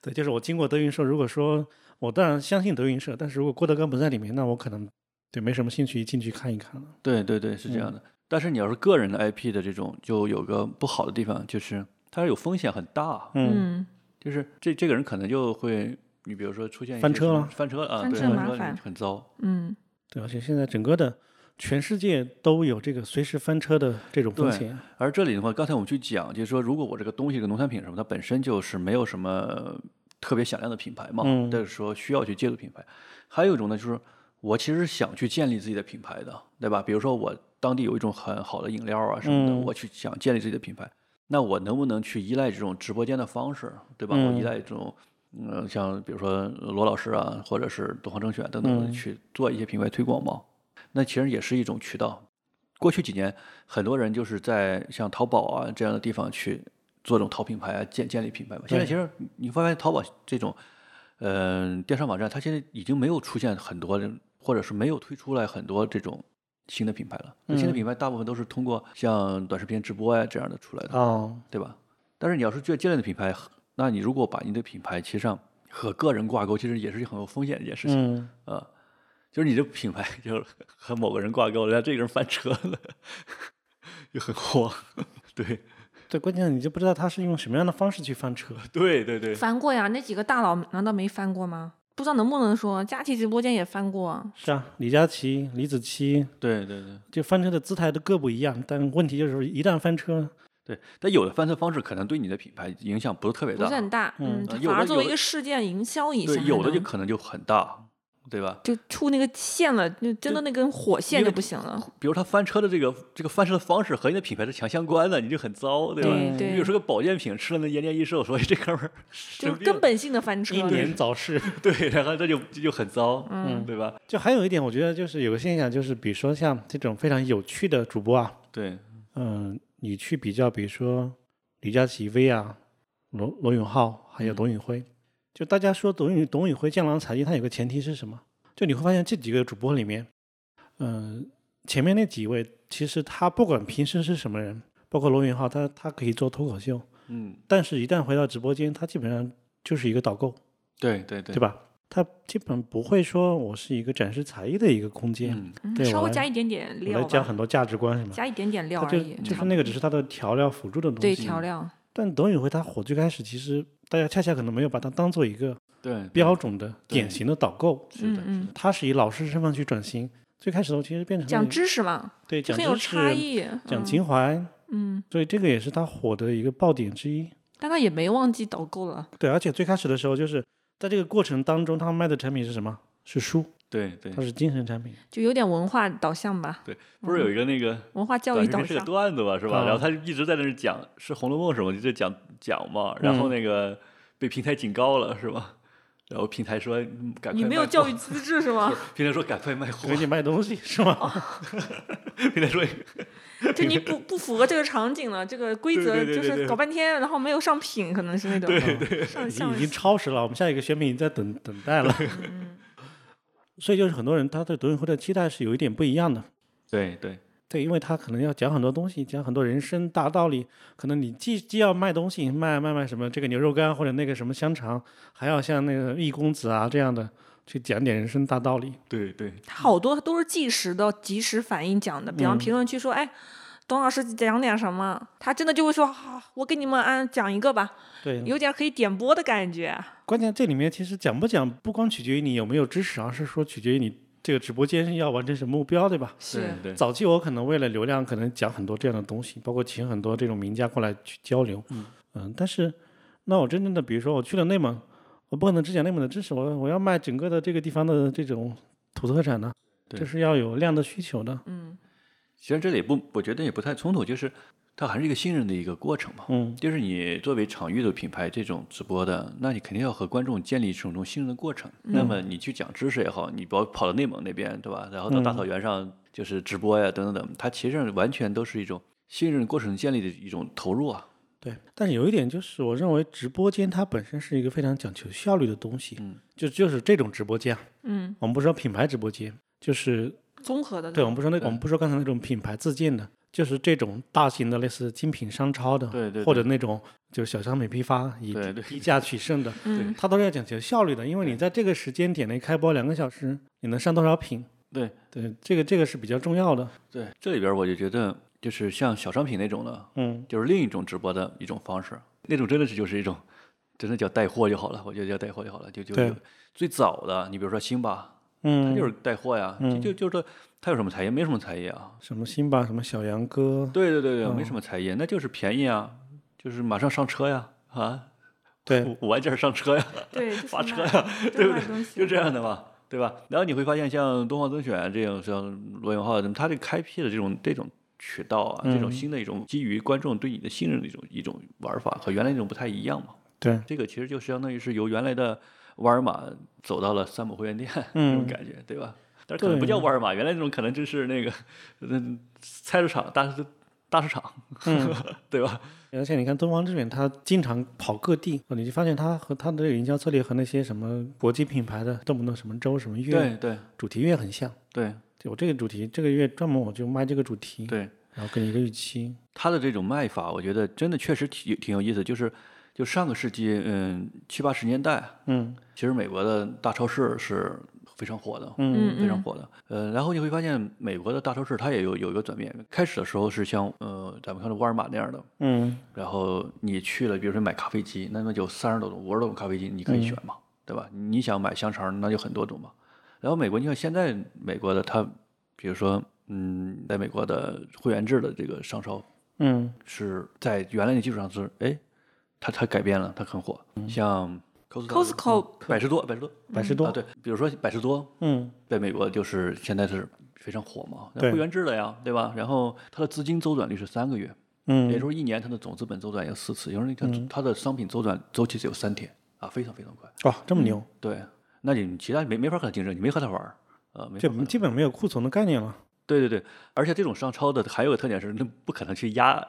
Speaker 2: 对，就是我经过德云社，如果说我当然相信德云社，但是如果郭德纲不在里面，那我可能对没什么兴趣进去看一看了。
Speaker 1: 对对对，是这样的。但是你要是个人的 IP 的这种，就有个不好的地方，就是它有风险很大，
Speaker 2: 嗯，
Speaker 3: 嗯，
Speaker 1: 就是这这个人可能就会，你比如说出现一
Speaker 2: 翻
Speaker 1: 些
Speaker 2: 车
Speaker 1: 什么
Speaker 2: 了
Speaker 1: 翻车了啊，
Speaker 3: 翻
Speaker 1: 对，
Speaker 3: 车
Speaker 1: 翻
Speaker 3: 麻
Speaker 1: 车
Speaker 3: 烦
Speaker 1: 你很糟。
Speaker 3: 嗯，
Speaker 2: 对，而且现在整个的全世界都有这个随时翻车的这种风
Speaker 1: 对
Speaker 2: 险。啊
Speaker 1: 而这里的话，刚才我们去讲，就是说，如果我这个东西，这个农产品什么，它本身就是没有什么特别响亮的品牌嘛，
Speaker 2: 嗯
Speaker 1: 但是说需要去借助品牌。还有一种呢，就是我其实想去建立自己的品牌的，对吧？比如说我当地有一种很好的饮料啊什么的，
Speaker 2: 嗯
Speaker 1: 我去想建立自己的品牌，那我能不能去依赖这种直播间的方式，对吧？我依
Speaker 2: 嗯
Speaker 1: 赖这种。嗯，像比如说罗老师啊，或者是东方甄选等等的
Speaker 2: 嗯
Speaker 1: 去做一些品牌推广嘛，那其实也是一种渠道。过去几年，很多人就是在像淘宝啊这样的地方去做这种淘品牌啊，建建立品牌嘛。现在其实你会发现，淘宝这种嗯、呃电商网站，它现在已经没有出现很多人，或者是没有推出来很多这种新的品牌了。那新的
Speaker 2: 嗯
Speaker 1: 品牌大部分都是通过像短视频直播呀、啊这样的出来的，
Speaker 2: 哦，
Speaker 1: 对吧？但是你要是去建立的品牌，那你如果把你的品牌其实上和个人挂钩，其实也是很有风险的一件事情。
Speaker 2: 嗯，
Speaker 1: 啊，就是你这品牌就是和某个人挂钩，然后这个人翻车了， *laughs* 就很慌。 *laughs* 对
Speaker 2: 对，关键你就不知道他是用什么样的方式去翻车。
Speaker 3: 嗯
Speaker 1: 对对对，
Speaker 3: 翻过呀，那几个大佬难道没翻过吗？不知道能不能说，佳琦直播间也翻过，
Speaker 2: 是啊，李佳琦、李子柒，
Speaker 1: 对对对
Speaker 2: 这翻车的姿态都各不一样，但问题就是一旦翻车，
Speaker 1: 对，但有的翻车方式可能对你的品牌影响不是特别
Speaker 3: 不
Speaker 1: 大
Speaker 3: 是，很大，
Speaker 2: 嗯
Speaker 3: 嗯，它
Speaker 1: 有
Speaker 3: 反而
Speaker 1: 的
Speaker 3: 作为
Speaker 1: 有
Speaker 3: 一
Speaker 1: 的
Speaker 3: 个事件营销一下，
Speaker 1: 对，有的就可能就很大，对吧？
Speaker 3: 就触那个线了，就真的那根火线
Speaker 1: 因
Speaker 3: 就
Speaker 1: 为
Speaker 3: 不行了。
Speaker 1: 比如他翻车的这个这个翻车的方式和你的品牌是强相关的，你就很糟，对吧？
Speaker 3: 对
Speaker 1: 你
Speaker 3: 对
Speaker 1: 比如说个保健品吃了那延年益寿，所以这哥们儿
Speaker 3: 就
Speaker 1: 生病
Speaker 3: 根本性的翻车
Speaker 2: 英
Speaker 3: 了。
Speaker 2: 年早逝。
Speaker 1: 对，然后这就这就很糟，
Speaker 3: 嗯，
Speaker 1: 对吧？
Speaker 2: 就还有一点，我觉得就是有个现象，就是比如说像这种非常有趣的主播啊，
Speaker 1: 对，
Speaker 2: 嗯、你去比较，比如说李佳琦 V 啊，罗罗永浩，还有董
Speaker 1: 嗯
Speaker 2: 宇辉，就大家说董宇董宇辉江郎才尽，他有个前提是什么？就你会发现这几个主播里面，嗯、前面那几位其实他不管平时是什么人，包括罗永浩，他他可以做脱口秀，
Speaker 1: 嗯，
Speaker 2: 但是一旦回到直播间，他基本上就是一个导购，
Speaker 1: 对对对
Speaker 2: 对吧？他基本不会说我是一个展示才艺的一个空间。
Speaker 1: 嗯，
Speaker 3: 嗯
Speaker 2: 对
Speaker 3: 稍
Speaker 2: 我
Speaker 3: 微
Speaker 2: 来
Speaker 3: 加一点点
Speaker 2: 我
Speaker 3: 料
Speaker 2: 来
Speaker 3: 吧，
Speaker 2: 讲很多价值观什么，
Speaker 3: 加一点点料
Speaker 2: 他嗯
Speaker 3: 而
Speaker 2: 就
Speaker 3: 已，
Speaker 2: 就是
Speaker 3: 差不
Speaker 2: 那
Speaker 3: 多
Speaker 2: 个只是他的调料辅助的东
Speaker 3: 对
Speaker 2: 西。
Speaker 3: 调料，
Speaker 2: 但董宇辉他火最开始，其实大家恰恰可能没有把他当做一个
Speaker 1: 对，
Speaker 2: 标准的
Speaker 1: 嗯对
Speaker 2: 典型的导购，
Speaker 1: 是的，是
Speaker 3: 嗯
Speaker 1: 的，
Speaker 2: 他是以老师身份去转型。最开始的时候其实变成了
Speaker 3: 讲知识嘛，
Speaker 2: 对
Speaker 3: 就
Speaker 2: 讲
Speaker 3: 很有
Speaker 2: 知
Speaker 3: 差
Speaker 2: 识、
Speaker 3: 异。
Speaker 2: 讲
Speaker 3: 嗯
Speaker 2: 情怀，
Speaker 3: 嗯，
Speaker 2: 所以这个也是他火的一个爆点之一。
Speaker 3: 但他也没忘记导购了，
Speaker 2: 对，而且最开始的时候就是在这个过程当中，他卖的产品是什么？是书，
Speaker 1: 对对
Speaker 2: 它。是精神产品。
Speaker 3: 就有点文化导向吧，
Speaker 1: 不是有一个那个
Speaker 3: 文化教
Speaker 1: 短
Speaker 3: 育
Speaker 1: 视
Speaker 3: 导
Speaker 1: 频是个
Speaker 3: 向。
Speaker 1: 段子吧，是吧？
Speaker 2: 啊
Speaker 1: 然后他一直在那儿讲是《红楼梦》什么，就在讲讲嘛。然后那个被平台警告了，是吧？然后平台说嗯赶快
Speaker 3: 你没有
Speaker 1: 卖货
Speaker 3: 教育资质
Speaker 1: *laughs*
Speaker 3: 是吗？
Speaker 1: 平台说赶
Speaker 3: *laughs*
Speaker 1: 快卖货
Speaker 2: 给，你卖东西是吗？
Speaker 3: 哦
Speaker 1: 平台说
Speaker 3: 就你不不符合这个场景了，这个规
Speaker 1: 对
Speaker 3: 则
Speaker 1: 对对
Speaker 3: 就
Speaker 1: 对
Speaker 3: 是
Speaker 1: 对
Speaker 3: 搞半天，然后没有上品，可能是那种
Speaker 2: 对
Speaker 3: 对上
Speaker 2: 已经
Speaker 3: 上
Speaker 2: 已经超时了，我们下一个选品在等等待了。
Speaker 3: 嗯
Speaker 2: *laughs* 所以就是很多人他对董宇辉的期待是有一点不一样的，
Speaker 1: *laughs* 对对
Speaker 2: 对，因为他可能要讲很多东西，讲很多人生大道理，可能你既既要卖东西，卖卖卖什么这个牛肉干或者那个什么香肠，还要像那个易公子啊这样的去讲点人生大道理。
Speaker 1: 对对，
Speaker 3: 它好多都是即时的、及时反应讲的，比方
Speaker 2: 嗯
Speaker 3: 评论区说，哎，董老师讲点什么，他真的就会说，好、我给你们按讲一个吧，
Speaker 2: 对，
Speaker 3: 有点可以点播的感觉。
Speaker 2: 关键这里面其实讲不讲，不光取决于你有没有知识，而是说取决于你这个直播间要完成什么目标，对吧？
Speaker 3: 是，
Speaker 1: 对对
Speaker 2: 早期我可能为了流量，可能讲很多这样的东西，包括请很多这种名家过来去交流。
Speaker 1: 嗯
Speaker 2: 但是那我真正的，比如说我去了内蒙，我不可能只讲内蒙的知识，我我要卖整个的这个地方的这种土特产呢，
Speaker 1: 对
Speaker 2: 这是要有量的需求的。
Speaker 3: 嗯，
Speaker 1: 其实这里也不，我觉得也不太冲突，就是它还是一个信任的一个过程嘛。
Speaker 2: 嗯，
Speaker 1: 就是你作为场域的品牌，这种直播的，那你肯定要和观众建立这种种信任的过程。那
Speaker 2: 嗯
Speaker 1: 么你去讲知识也好，你包跑到内蒙那边，对吧？然后到大
Speaker 2: 嗯
Speaker 1: 草原上就是直播呀，等等等，它其实上完全都是一种信任过程建立的一种投入啊。
Speaker 2: 对。但是有一点就是，我认为直播间它本身是一个非常讲求效率的东西。
Speaker 1: 嗯，
Speaker 2: 就就是这种直播间啊，
Speaker 3: 嗯，
Speaker 2: 我们不说品牌直播间，就是
Speaker 3: 综合的那
Speaker 2: 对，我
Speaker 3: 种，
Speaker 2: 们不说那
Speaker 1: 对
Speaker 2: 我们不说刚才那种品牌自建的，就是这种大型的类似精品商超的，
Speaker 1: 对对
Speaker 2: 或者那种就是小商品批发以
Speaker 1: 对对
Speaker 2: 低价取胜的，
Speaker 3: 嗯，
Speaker 2: 它都是要讲求效率的，因为你在这个时间点内开播两个小时，你能上多少品？
Speaker 1: 对
Speaker 2: 对，这个这个是比较重要的。
Speaker 1: 对，这里边我就觉得，就是像小商品那种的，
Speaker 2: 嗯，
Speaker 1: 就是另一种直播的一种方式，那种真的是就是一种，真的叫带货就好了，我觉得叫带货就好了，就就
Speaker 2: 对
Speaker 1: 有最早的，你比如说辛巴，他
Speaker 2: 嗯，
Speaker 1: 就是带货呀，
Speaker 2: 嗯
Speaker 1: 就就就是他有什么才艺，没什么才艺啊，
Speaker 2: 什么辛巴，什么小杨哥，
Speaker 1: 对对对对，
Speaker 2: 嗯
Speaker 1: 没什么才艺，那就是便宜啊，就是马上上车呀，啊，
Speaker 2: 对，
Speaker 1: 五五万件儿上车呀，
Speaker 3: 对，
Speaker 1: 发车
Speaker 3: 呀，
Speaker 1: 对不
Speaker 3: 卖
Speaker 1: 对
Speaker 3: 东西
Speaker 1: 就这样的嘛，对吧？然后你会发现，像东方甄选啊这种，像罗永浩啊他们，他这开辟了这种这种渠道啊，这种
Speaker 2: 嗯
Speaker 1: 新的一种基于观众对你的信任的一种一种玩法，和原来那种不太一样嘛。
Speaker 2: 对，
Speaker 1: 这个其实就相当于是由原来的沃尔玛走到了山姆会员店那种
Speaker 2: 嗯
Speaker 1: 感觉，对吧？但是可能不
Speaker 2: 对
Speaker 1: 叫沃尔玛，原来那种可能真是那个，嗯，菜市场大市大市场，
Speaker 2: 嗯，
Speaker 1: *laughs* 对吧？
Speaker 2: 而且你看东方之远，他经常跑各地，你就发现他和他的这个营销策略和那些什么国际品牌的，动不动什么周什么月
Speaker 1: 对对
Speaker 2: 主题月很像。
Speaker 1: 对
Speaker 2: 对我这个主题，这个月专门我就卖这个主题，
Speaker 1: 对，
Speaker 2: 然后跟一个预期，
Speaker 1: 他的这种卖法，我觉得真的确实挺挺有意思。就是就上个世纪，嗯，七八十年代，
Speaker 2: 嗯
Speaker 1: 其实美国的大超市是非常火的，
Speaker 3: 嗯
Speaker 1: 非常火的。呃，然后你会发现美国的大超市它也有有一个转变，开始的时候是像呃咱们看到沃尔玛那样的，
Speaker 2: 嗯
Speaker 3: 嗯
Speaker 1: 然后你去了，比如说买咖啡机，那么有三十多种、五十多种咖啡机，你可以选嘛，对吧？你想买香肠，那有很多种嘛。然后美国，你看现在美国的它，比如说，嗯，在美国的会员制的这个商超
Speaker 2: 嗯
Speaker 1: 是在原来的基础上是，哎，它它改变了，它很火，像
Speaker 3: Costco
Speaker 1: 百事多、百事多、
Speaker 2: 百嗯事多
Speaker 1: 啊，对，比如说百事多，
Speaker 2: 嗯
Speaker 1: 在美国就是现在是非常火嘛，那
Speaker 2: 对
Speaker 1: 会员制的呀，对吧？然后它的资金周转率是三个月，也就是
Speaker 2: 嗯，
Speaker 1: 说一年它的总资本周转有四次，也就是说它
Speaker 2: 嗯
Speaker 1: 它的商品周转周期只有三天啊，非常非常快。
Speaker 2: 哇，
Speaker 1: 嗯
Speaker 2: 这么牛，
Speaker 1: 对，那你其他没没法和它竞争，你没和它玩儿，呃，没法
Speaker 2: 这
Speaker 1: 和它玩儿
Speaker 2: 基本没有库存的概念了。
Speaker 1: 对对对，而且这种商超的还有个特点是，那不可能去压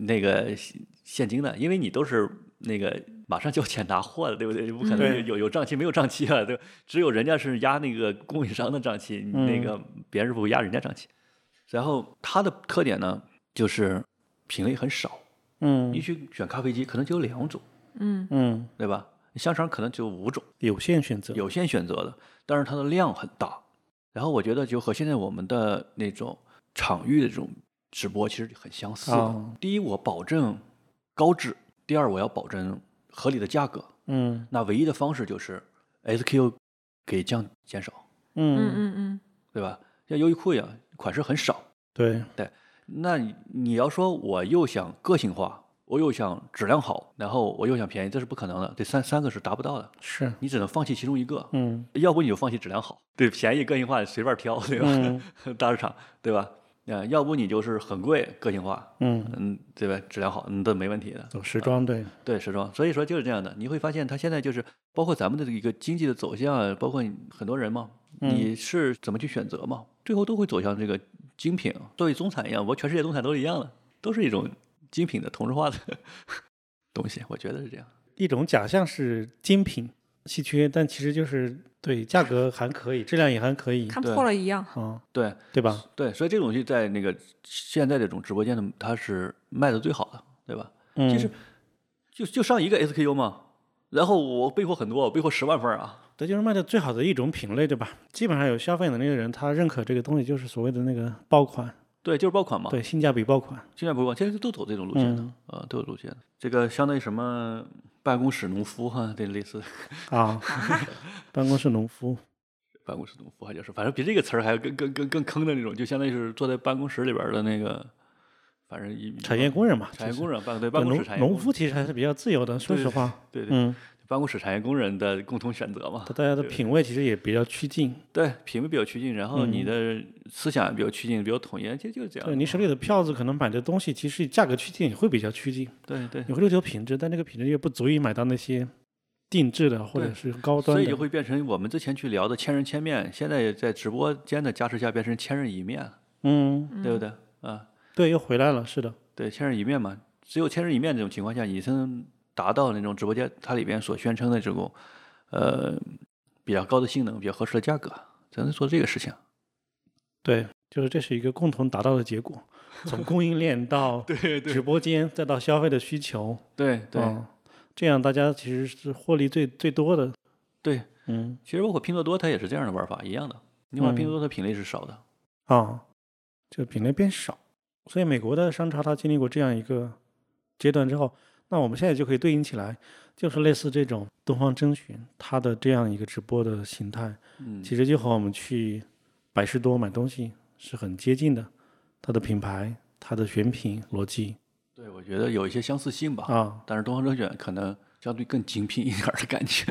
Speaker 1: 那个现现金的，因为你都是那个马上交钱拿货的，对不对？不可能有
Speaker 2: 对
Speaker 1: 有有账期没有账期啊，对吧，只有人家是压那个供应商的账期，你那
Speaker 2: 嗯
Speaker 1: 个别人不会压人家账期。然后它的特点呢，就是品类很少，
Speaker 2: 嗯
Speaker 1: 你去选咖啡机可能只有两种，
Speaker 3: 嗯
Speaker 2: 嗯，
Speaker 1: 对吧？香肠可能只有五种。
Speaker 2: 有限选择。
Speaker 1: 有限选择的，但是它的量很大。然后我觉得就和现在我们的那种场域的这种直播其实很相似的。
Speaker 2: 哦
Speaker 1: 第一，我保证高质；第二，我要保证合理的价格。
Speaker 2: 嗯
Speaker 1: 那唯一的方式就是 SQ 给降减少，
Speaker 3: 嗯
Speaker 2: 嗯，
Speaker 3: 嗯嗯，
Speaker 1: 对吧？像优衣库一样，款式很少。
Speaker 2: 对，
Speaker 1: 那你你要说我又想个性化，我又想质量好，然后我又想便宜，这是不可能的。这三三个是达不到的，
Speaker 2: 是，
Speaker 1: 你只能放弃其中一个。 *laughs*
Speaker 2: 嗯
Speaker 1: 要不你就放弃质量好，对，便宜个性化随便挑，对吧？*laughs*
Speaker 2: 嗯
Speaker 1: 大市场，对吧？啊，要不你就是很贵个性化，
Speaker 2: 嗯，
Speaker 1: *laughs* 嗯，对吧？质量好，嗯，都没问题的，
Speaker 2: 走时装对，
Speaker 1: 对时装。所以说就是这样的，你会发现它现在就是包括咱们的这个一个经济的走向啊，包括你很多人嘛，
Speaker 2: 嗯
Speaker 1: 你是怎么去选择嘛，最后都会走向这个精品，作为中产一样，我全世界中产都是一样的，都是一种精品的同质化的 *laughs* 东西，我觉得是这样。
Speaker 2: 一种假象是精品稀缺，但其实就是对价格还可以，质量也还可以
Speaker 3: 看
Speaker 1: 对
Speaker 3: 破了一样。
Speaker 2: 啊，
Speaker 1: 对
Speaker 2: 对吧？
Speaker 1: 对，所以这种东西在那个现在这种直播间的，它是卖的最好的，对吧？
Speaker 2: 嗯，
Speaker 1: 其实就就上一个 SKU 嘛，然后我备货很多，我备货十万份儿啊。
Speaker 2: 这就是卖的最好的一种品类，对吧？基本上有消费能力的人，他认可这个东西就是所谓的那个爆款，
Speaker 1: 对，就是爆款嘛，
Speaker 2: 对，性价比爆款。
Speaker 1: 现在不爆，现在都走这种路线的，
Speaker 2: 嗯
Speaker 1: 呃，都有路线的。这个相当于什么办公室农夫哈、这类似
Speaker 2: 啊， *laughs* 办公室农夫，
Speaker 1: 办公室农夫，还就是反正比这个词儿还要更更更更坑的那种，就相当于是坐在办公室里边儿的那个，反正一
Speaker 2: 产业工人嘛，
Speaker 1: 产业
Speaker 2: 就是
Speaker 1: 工人办对办公室产业
Speaker 2: 农
Speaker 1: 工
Speaker 2: 农夫其实还是比较自由的，说
Speaker 1: 对
Speaker 2: 实话，
Speaker 1: 对对、
Speaker 2: 嗯，
Speaker 1: 办公室产业工人的共同选择嘛
Speaker 2: 他，大家的
Speaker 1: 对
Speaker 2: 品味其实也比较趋近，
Speaker 1: 对品味比较趋近，然后你
Speaker 2: 嗯
Speaker 1: 的思想也比较趋近，比较统一，其实就是这样
Speaker 2: 对你手里的票子可能买的东西，其实价格趋近也会比较趋近，
Speaker 1: 对对
Speaker 2: 你会追求品质，但这个品质又不足以买到那些定制的或者
Speaker 1: 对
Speaker 2: 是高端
Speaker 1: 所
Speaker 2: 的，
Speaker 1: 以就会变成我们之前去聊的千人千面，现在在直播间的加持下变成千人一面了，
Speaker 2: 嗯，
Speaker 1: 对不对？啊，
Speaker 2: 对，又回来了，是的，
Speaker 1: 对，千人一面嘛，只有千人一面这种情况下，你才能达到那种直播间它里边所宣称的这种呃比较高的性能、比较合适的价格，才能做这个事情。
Speaker 2: 对，就是这是一个共同达到的结果，从供应链到
Speaker 1: 对
Speaker 2: 直播间，再到消费的需求，
Speaker 1: 对对、
Speaker 2: 嗯这样大家其实是获利最最多的，
Speaker 1: 对，
Speaker 2: 嗯，
Speaker 1: 其实包括拼多多它也是这样的玩法一样的。另外，拼
Speaker 2: 嗯
Speaker 1: 多多的品类是少的，
Speaker 2: 啊、就品类变少，所以美国的商超它经历过这样一个阶段之后，那我们现在就可以对应起来，就是类似这种东方甄选它的这样一个直播的形态，
Speaker 1: 嗯，
Speaker 2: 其实就和我们去百事多买东西是很接近的，它的品牌、它的选品逻辑
Speaker 1: 对，我觉得有一些相似性吧。
Speaker 2: 啊
Speaker 1: 但是东方甄选可能相对更精辟一点儿的感
Speaker 2: *laughs*
Speaker 1: 觉。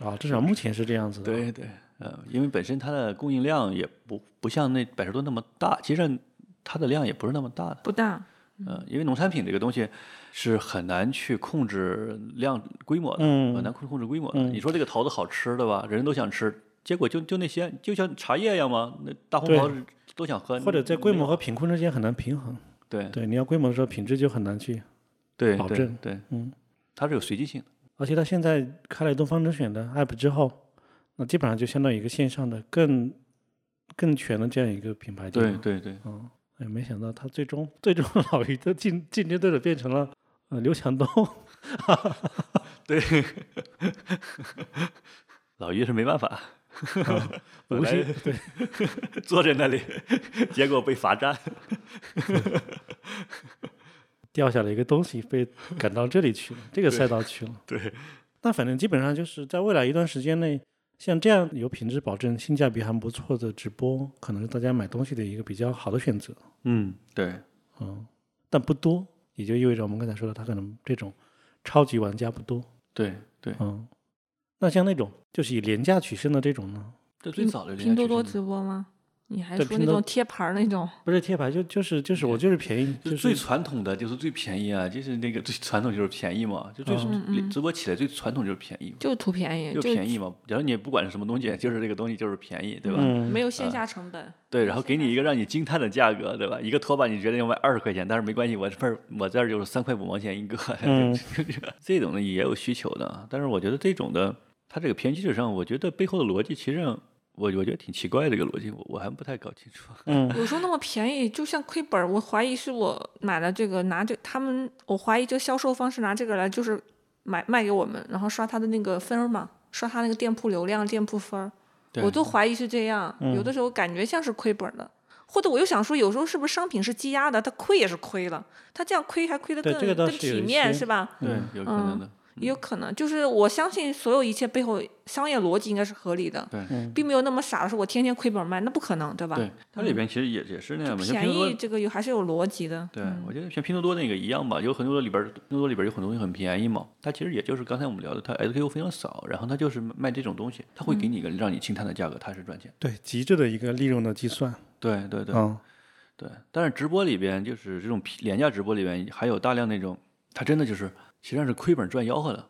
Speaker 2: 啊，至少目前是这样子的。
Speaker 1: 对对，呃，因为本身它的供应量也不不像那百事多那么大，其实它的量也不是那么大的，
Speaker 3: 不大，
Speaker 2: 嗯
Speaker 1: 呃，因为农产品这个东西是很难去控制量规模的，很
Speaker 2: 嗯
Speaker 1: 难控控制规模的。
Speaker 2: 嗯
Speaker 1: 你说这个桃子好吃，对吧？人人都想吃，结果就就那些，就像茶叶一样嘛，那大红
Speaker 2: 对
Speaker 1: 袍是都想喝，
Speaker 2: 或者在
Speaker 1: 没
Speaker 2: 规
Speaker 1: 有
Speaker 2: 模和品控之间很难平衡，
Speaker 1: 对
Speaker 2: 对，你要规模的时候，品质就很难去，
Speaker 1: 对
Speaker 2: 保
Speaker 1: 对
Speaker 2: 证
Speaker 1: 对，
Speaker 2: 嗯，
Speaker 1: 它是有随机性的。
Speaker 2: 而且它现在开了东方甄选的 app 之后，那基本上就相当于一个线上的更更全的这样一个品牌店
Speaker 1: 对
Speaker 2: 了。
Speaker 1: 对对
Speaker 2: 嗯，哎，没想到它最终最终老于的竞竞争对手变成了呃刘强东。
Speaker 1: 对， *laughs* 老于是没办法， *laughs* 本
Speaker 2: 无
Speaker 1: 来
Speaker 2: 心对，
Speaker 1: 坐在那里，结果被罚站。
Speaker 2: 掉下了一个东西，被赶到这里去了，这个赛道去了。
Speaker 1: 对，
Speaker 2: 但反正基本上就是在未来一段时间内，像这样有品质保证、性价比还不错的直播，可能是大家买东西的一个比较好的选择。
Speaker 1: 嗯，对，
Speaker 2: 嗯，但不多，也就意味着我们刚才说的，他可能这种超级玩家不多。
Speaker 1: 对，对。
Speaker 2: 嗯，那像那种就是以廉价取胜的这种呢，
Speaker 1: 这最早的
Speaker 3: 拼多多直
Speaker 1: 播，
Speaker 3: 播吗？你还
Speaker 2: 对
Speaker 3: 说
Speaker 2: 拼
Speaker 3: 那
Speaker 2: 多
Speaker 3: 种贴牌儿那种？
Speaker 2: 不是贴牌，就就是就是我就是便宜，
Speaker 1: 就是最传统的就是最便宜啊，就是那个最传统就是便宜嘛，就最
Speaker 3: 嗯嗯
Speaker 1: 直播起来最传统就是便宜嘛，
Speaker 3: 就图便宜，
Speaker 1: 就
Speaker 3: 就
Speaker 1: 便宜嘛。假如你也不管是什么东西，就是这个东西就是便宜，对吧？
Speaker 2: 嗯
Speaker 3: 没有线下成本。
Speaker 1: 对，然后给你一个让你惊叹的价格，对吧？一个拖把你觉得要卖二十块钱，但是没关系，我这儿我这儿就是三块五毛钱一个，
Speaker 2: 嗯
Speaker 1: *laughs* 这种的也有需求的。但是我觉得这种的，它这个偏基础上，我觉得背后的逻辑其实上我我觉得挺奇怪的一个逻辑，我我还不太搞清楚。
Speaker 2: 嗯
Speaker 3: 有时候那么便宜，就像亏本儿，我怀疑是我买了这个，拿这他们，我怀疑这个销售方式拿这个来就是买卖给我们，然后刷他的那个分儿嘛，刷他那个店铺流量、店铺分儿，
Speaker 1: 对嗯
Speaker 3: 我都怀疑是这样。有的时候感觉像是亏本儿的，或者我又想说，有时候是不是商品是积压的，他亏也是亏了，他这样亏还亏得
Speaker 2: 对
Speaker 3: 更、
Speaker 2: 这个倒
Speaker 3: 更
Speaker 2: 是有
Speaker 3: 体
Speaker 2: 一
Speaker 3: 面
Speaker 2: 些
Speaker 3: 是
Speaker 1: *laughs*
Speaker 3: 吧？
Speaker 1: 对，
Speaker 2: 嗯
Speaker 1: 有可能的。
Speaker 3: 也有可能，就是我相信所有一切背后商业逻辑应该是合理的，
Speaker 1: 对嗯
Speaker 3: 并没有那么傻的是我天天亏本儿卖，那不可能，对吧？
Speaker 1: 对，它里边其实也也是那样嘛，像
Speaker 3: 嗯便
Speaker 1: 拼多多
Speaker 3: 宜这嗯个有还是有逻辑的。
Speaker 1: 对，我觉得像拼多多那个一样吧，有很多里边儿，拼多多里边儿有很多东西很便宜嘛。它其实也就是刚才我们聊的，它 SKU 非常少，然后它就是卖这种东西，它
Speaker 3: 嗯
Speaker 1: 会给你一个让你惊叹的价格，它是赚钱。
Speaker 2: 对极致的一个利润的计算，
Speaker 1: 对对对、
Speaker 2: 嗯
Speaker 1: 对。但是直播里边就是这种批廉价直播里边，还有大量那种，它真的就是实际上是亏本赚吆喝的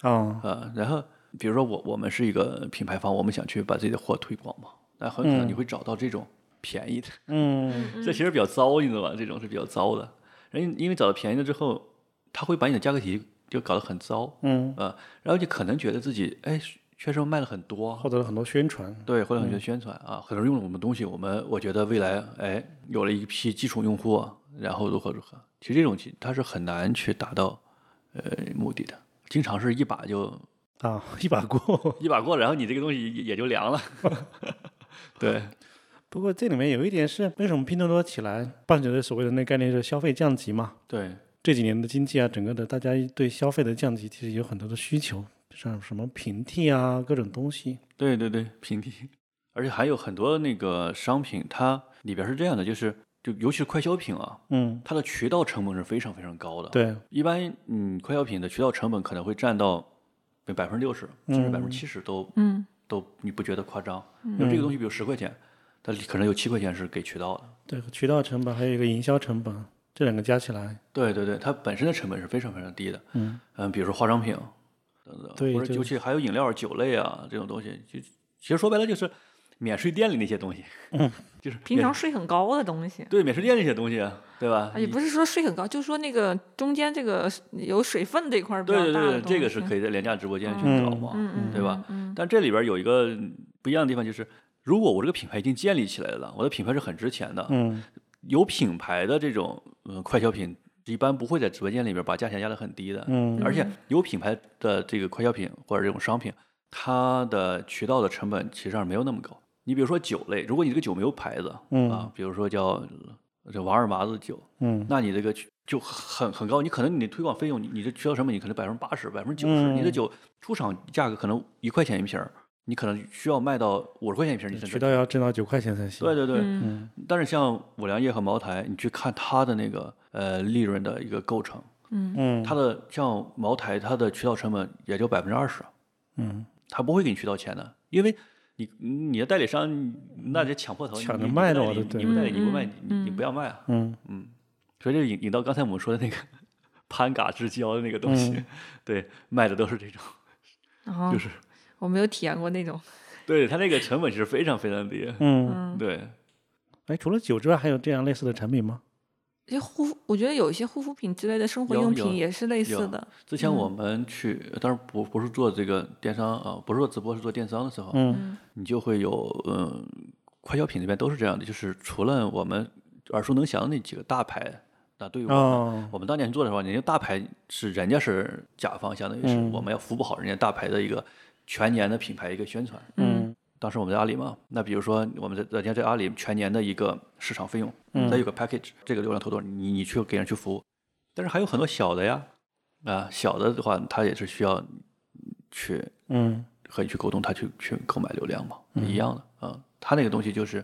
Speaker 2: 啊
Speaker 1: 啊、然后比如说我我们是一个品牌方，我们想去把自己的货推广嘛，那很可能你会找到这种便宜的。
Speaker 2: 嗯
Speaker 1: 这其实比较糟，你知道吧？这种是比较糟的。人家因为找到便宜的之后，他会把你的价格体系就搞得很糟
Speaker 2: 嗯，
Speaker 1: 啊、呃然后你可能觉得自己哎确实卖了很多，
Speaker 2: 获得了很多宣传，
Speaker 1: 对，或者很多宣传啊，很多人用了我们东西，我们我觉得未来哎有了一批基础用户，然后如何如何。其实这种其它是很难去达到呃目的的，经常是一把就
Speaker 2: 啊， *laughs* 一把过。
Speaker 1: 一把过，然后你这个东西也也就凉了。 *laughs* 对，
Speaker 2: 不过这里面有一点是，为什么拼多多起来伴随着所谓的那概念是消费降级嘛？
Speaker 1: 对，
Speaker 2: 这几年的经济啊，整个的大家对消费的降级，其实有很多的需求，像什么平替啊，各种东西。
Speaker 1: 对对对，平替，而且还有很多那个商品，它里边是这样的，就是就尤其是快消品啊，
Speaker 2: 嗯，
Speaker 1: 它的渠道成本是非常非常高的。，
Speaker 2: 对，
Speaker 1: 一般嗯，快消品的渠道成本可能会占到百分之六十，甚至
Speaker 2: 嗯
Speaker 1: 百分之七十都
Speaker 3: 嗯，
Speaker 1: 都你不觉得夸张？因为这个东西，比如十块钱，它可能有七块钱是给渠道的。
Speaker 2: 对，渠道成本还有一个营销成本，这两个加起来，
Speaker 1: 对对对，它本身的成本是非常非常低的。
Speaker 2: 嗯
Speaker 1: 比如说化妆品等等，
Speaker 2: 对
Speaker 1: 或者
Speaker 2: 就
Speaker 1: 尤其还有饮料、酒类啊这种东西，就其实说白了就是免税店里那些东西，
Speaker 2: 嗯
Speaker 1: *laughs* 就是
Speaker 3: 平
Speaker 1: 免
Speaker 3: 常税很高的东西，
Speaker 1: 对，免税店这些东西，啊对吧？
Speaker 3: 而且不是说税很高，就是说那个中间这个有水分这块儿比较
Speaker 1: 对对
Speaker 3: 大的
Speaker 1: 对，
Speaker 3: 东西。
Speaker 1: 这个是可以在廉价直播间去
Speaker 2: 嗯
Speaker 1: 搞嘛，
Speaker 3: 嗯嗯
Speaker 1: 对吧？
Speaker 3: 嗯
Speaker 1: 但这里边有一个不一样的地方，就是如果我这个品牌已经建立起来了，我的品牌是很值钱的，
Speaker 2: 嗯
Speaker 1: 有品牌的这种嗯快消品，一般不会在直播间里边把价钱压得很低的，
Speaker 2: 嗯
Speaker 1: 而且有品牌的这个快消品或者这种商品，它的渠道的成本其实上没有那么高。你比如说酒类，如果你这个酒没有牌子、
Speaker 2: 嗯
Speaker 1: 啊，比如说叫这王二麻子酒，
Speaker 2: 嗯
Speaker 1: 那你这个渠就很很高，你可能你的推广费用，你你的渠道成本你可能百分之八十、百分之九十，你的
Speaker 2: 嗯
Speaker 1: 酒出厂价格可能一块钱一瓶儿，你可能需要卖到五十块钱一瓶儿，你才
Speaker 2: 渠
Speaker 1: 能
Speaker 2: 道要挣到九块钱才行。
Speaker 1: 对对对，
Speaker 3: 嗯
Speaker 2: 嗯
Speaker 1: 但是像五粮液和茅台，你去看它的那个呃利润的一个构成，
Speaker 3: 嗯
Speaker 2: 嗯
Speaker 1: 它的像茅台，它的渠道成本也就百分之二十，
Speaker 2: 嗯，
Speaker 1: 它不会给你渠道钱的，因为你你的代理商那得抢破头，
Speaker 2: 抢
Speaker 1: 你
Speaker 2: 着
Speaker 1: 你不
Speaker 2: 卖
Speaker 1: 代
Speaker 2: 的我
Speaker 1: 理
Speaker 2: 的对
Speaker 1: 你不代理你不
Speaker 3: 嗯
Speaker 1: 卖，你你
Speaker 3: 嗯
Speaker 1: 不要卖啊。
Speaker 2: 嗯
Speaker 1: 所以就引引到刚才我们说的那个 *laughs* 攀嘎之交的那个东西，
Speaker 2: 嗯
Speaker 1: *laughs* 对，卖的都是这种，
Speaker 3: 然后
Speaker 1: 就是 *laughs*
Speaker 3: 我没有体验过那种，
Speaker 1: 对它那个成本是非常非常低，
Speaker 2: 嗯，
Speaker 3: 嗯，
Speaker 1: *laughs* 对，
Speaker 2: 哎，除了酒之外，还有这样类似的产品吗？
Speaker 3: 就护肤，我觉得有一些护肤品之类的生活
Speaker 1: 有
Speaker 3: 用
Speaker 1: 有
Speaker 3: 品也是类似
Speaker 1: 有
Speaker 3: 的，
Speaker 1: 之前我们去，当然不不是做这个电商啊，不是做直播，是做电商的时候，
Speaker 2: 嗯
Speaker 1: 你就会有嗯，快消品那边都是这样的，就是除了我们耳熟能详的那几个大牌，那对于我们、
Speaker 2: 哦
Speaker 1: 我们当年做的时候，人家大牌是人家是甲方，相当于是、
Speaker 2: 嗯
Speaker 1: 我们要服务好人家大牌的一个全年的品牌一个宣传。
Speaker 2: 嗯
Speaker 1: 当时我们在阿里嘛，那比如说我们在人家在阿里全年的一个市场费用，
Speaker 2: 嗯
Speaker 1: 它有个 package，这个流量头头你你去给人去服务，但是还有很多小的呀，啊、小的的话它也是需要去
Speaker 2: 嗯
Speaker 1: 和你去沟通，他去去购买流量嘛，一样的啊、他那个东西就是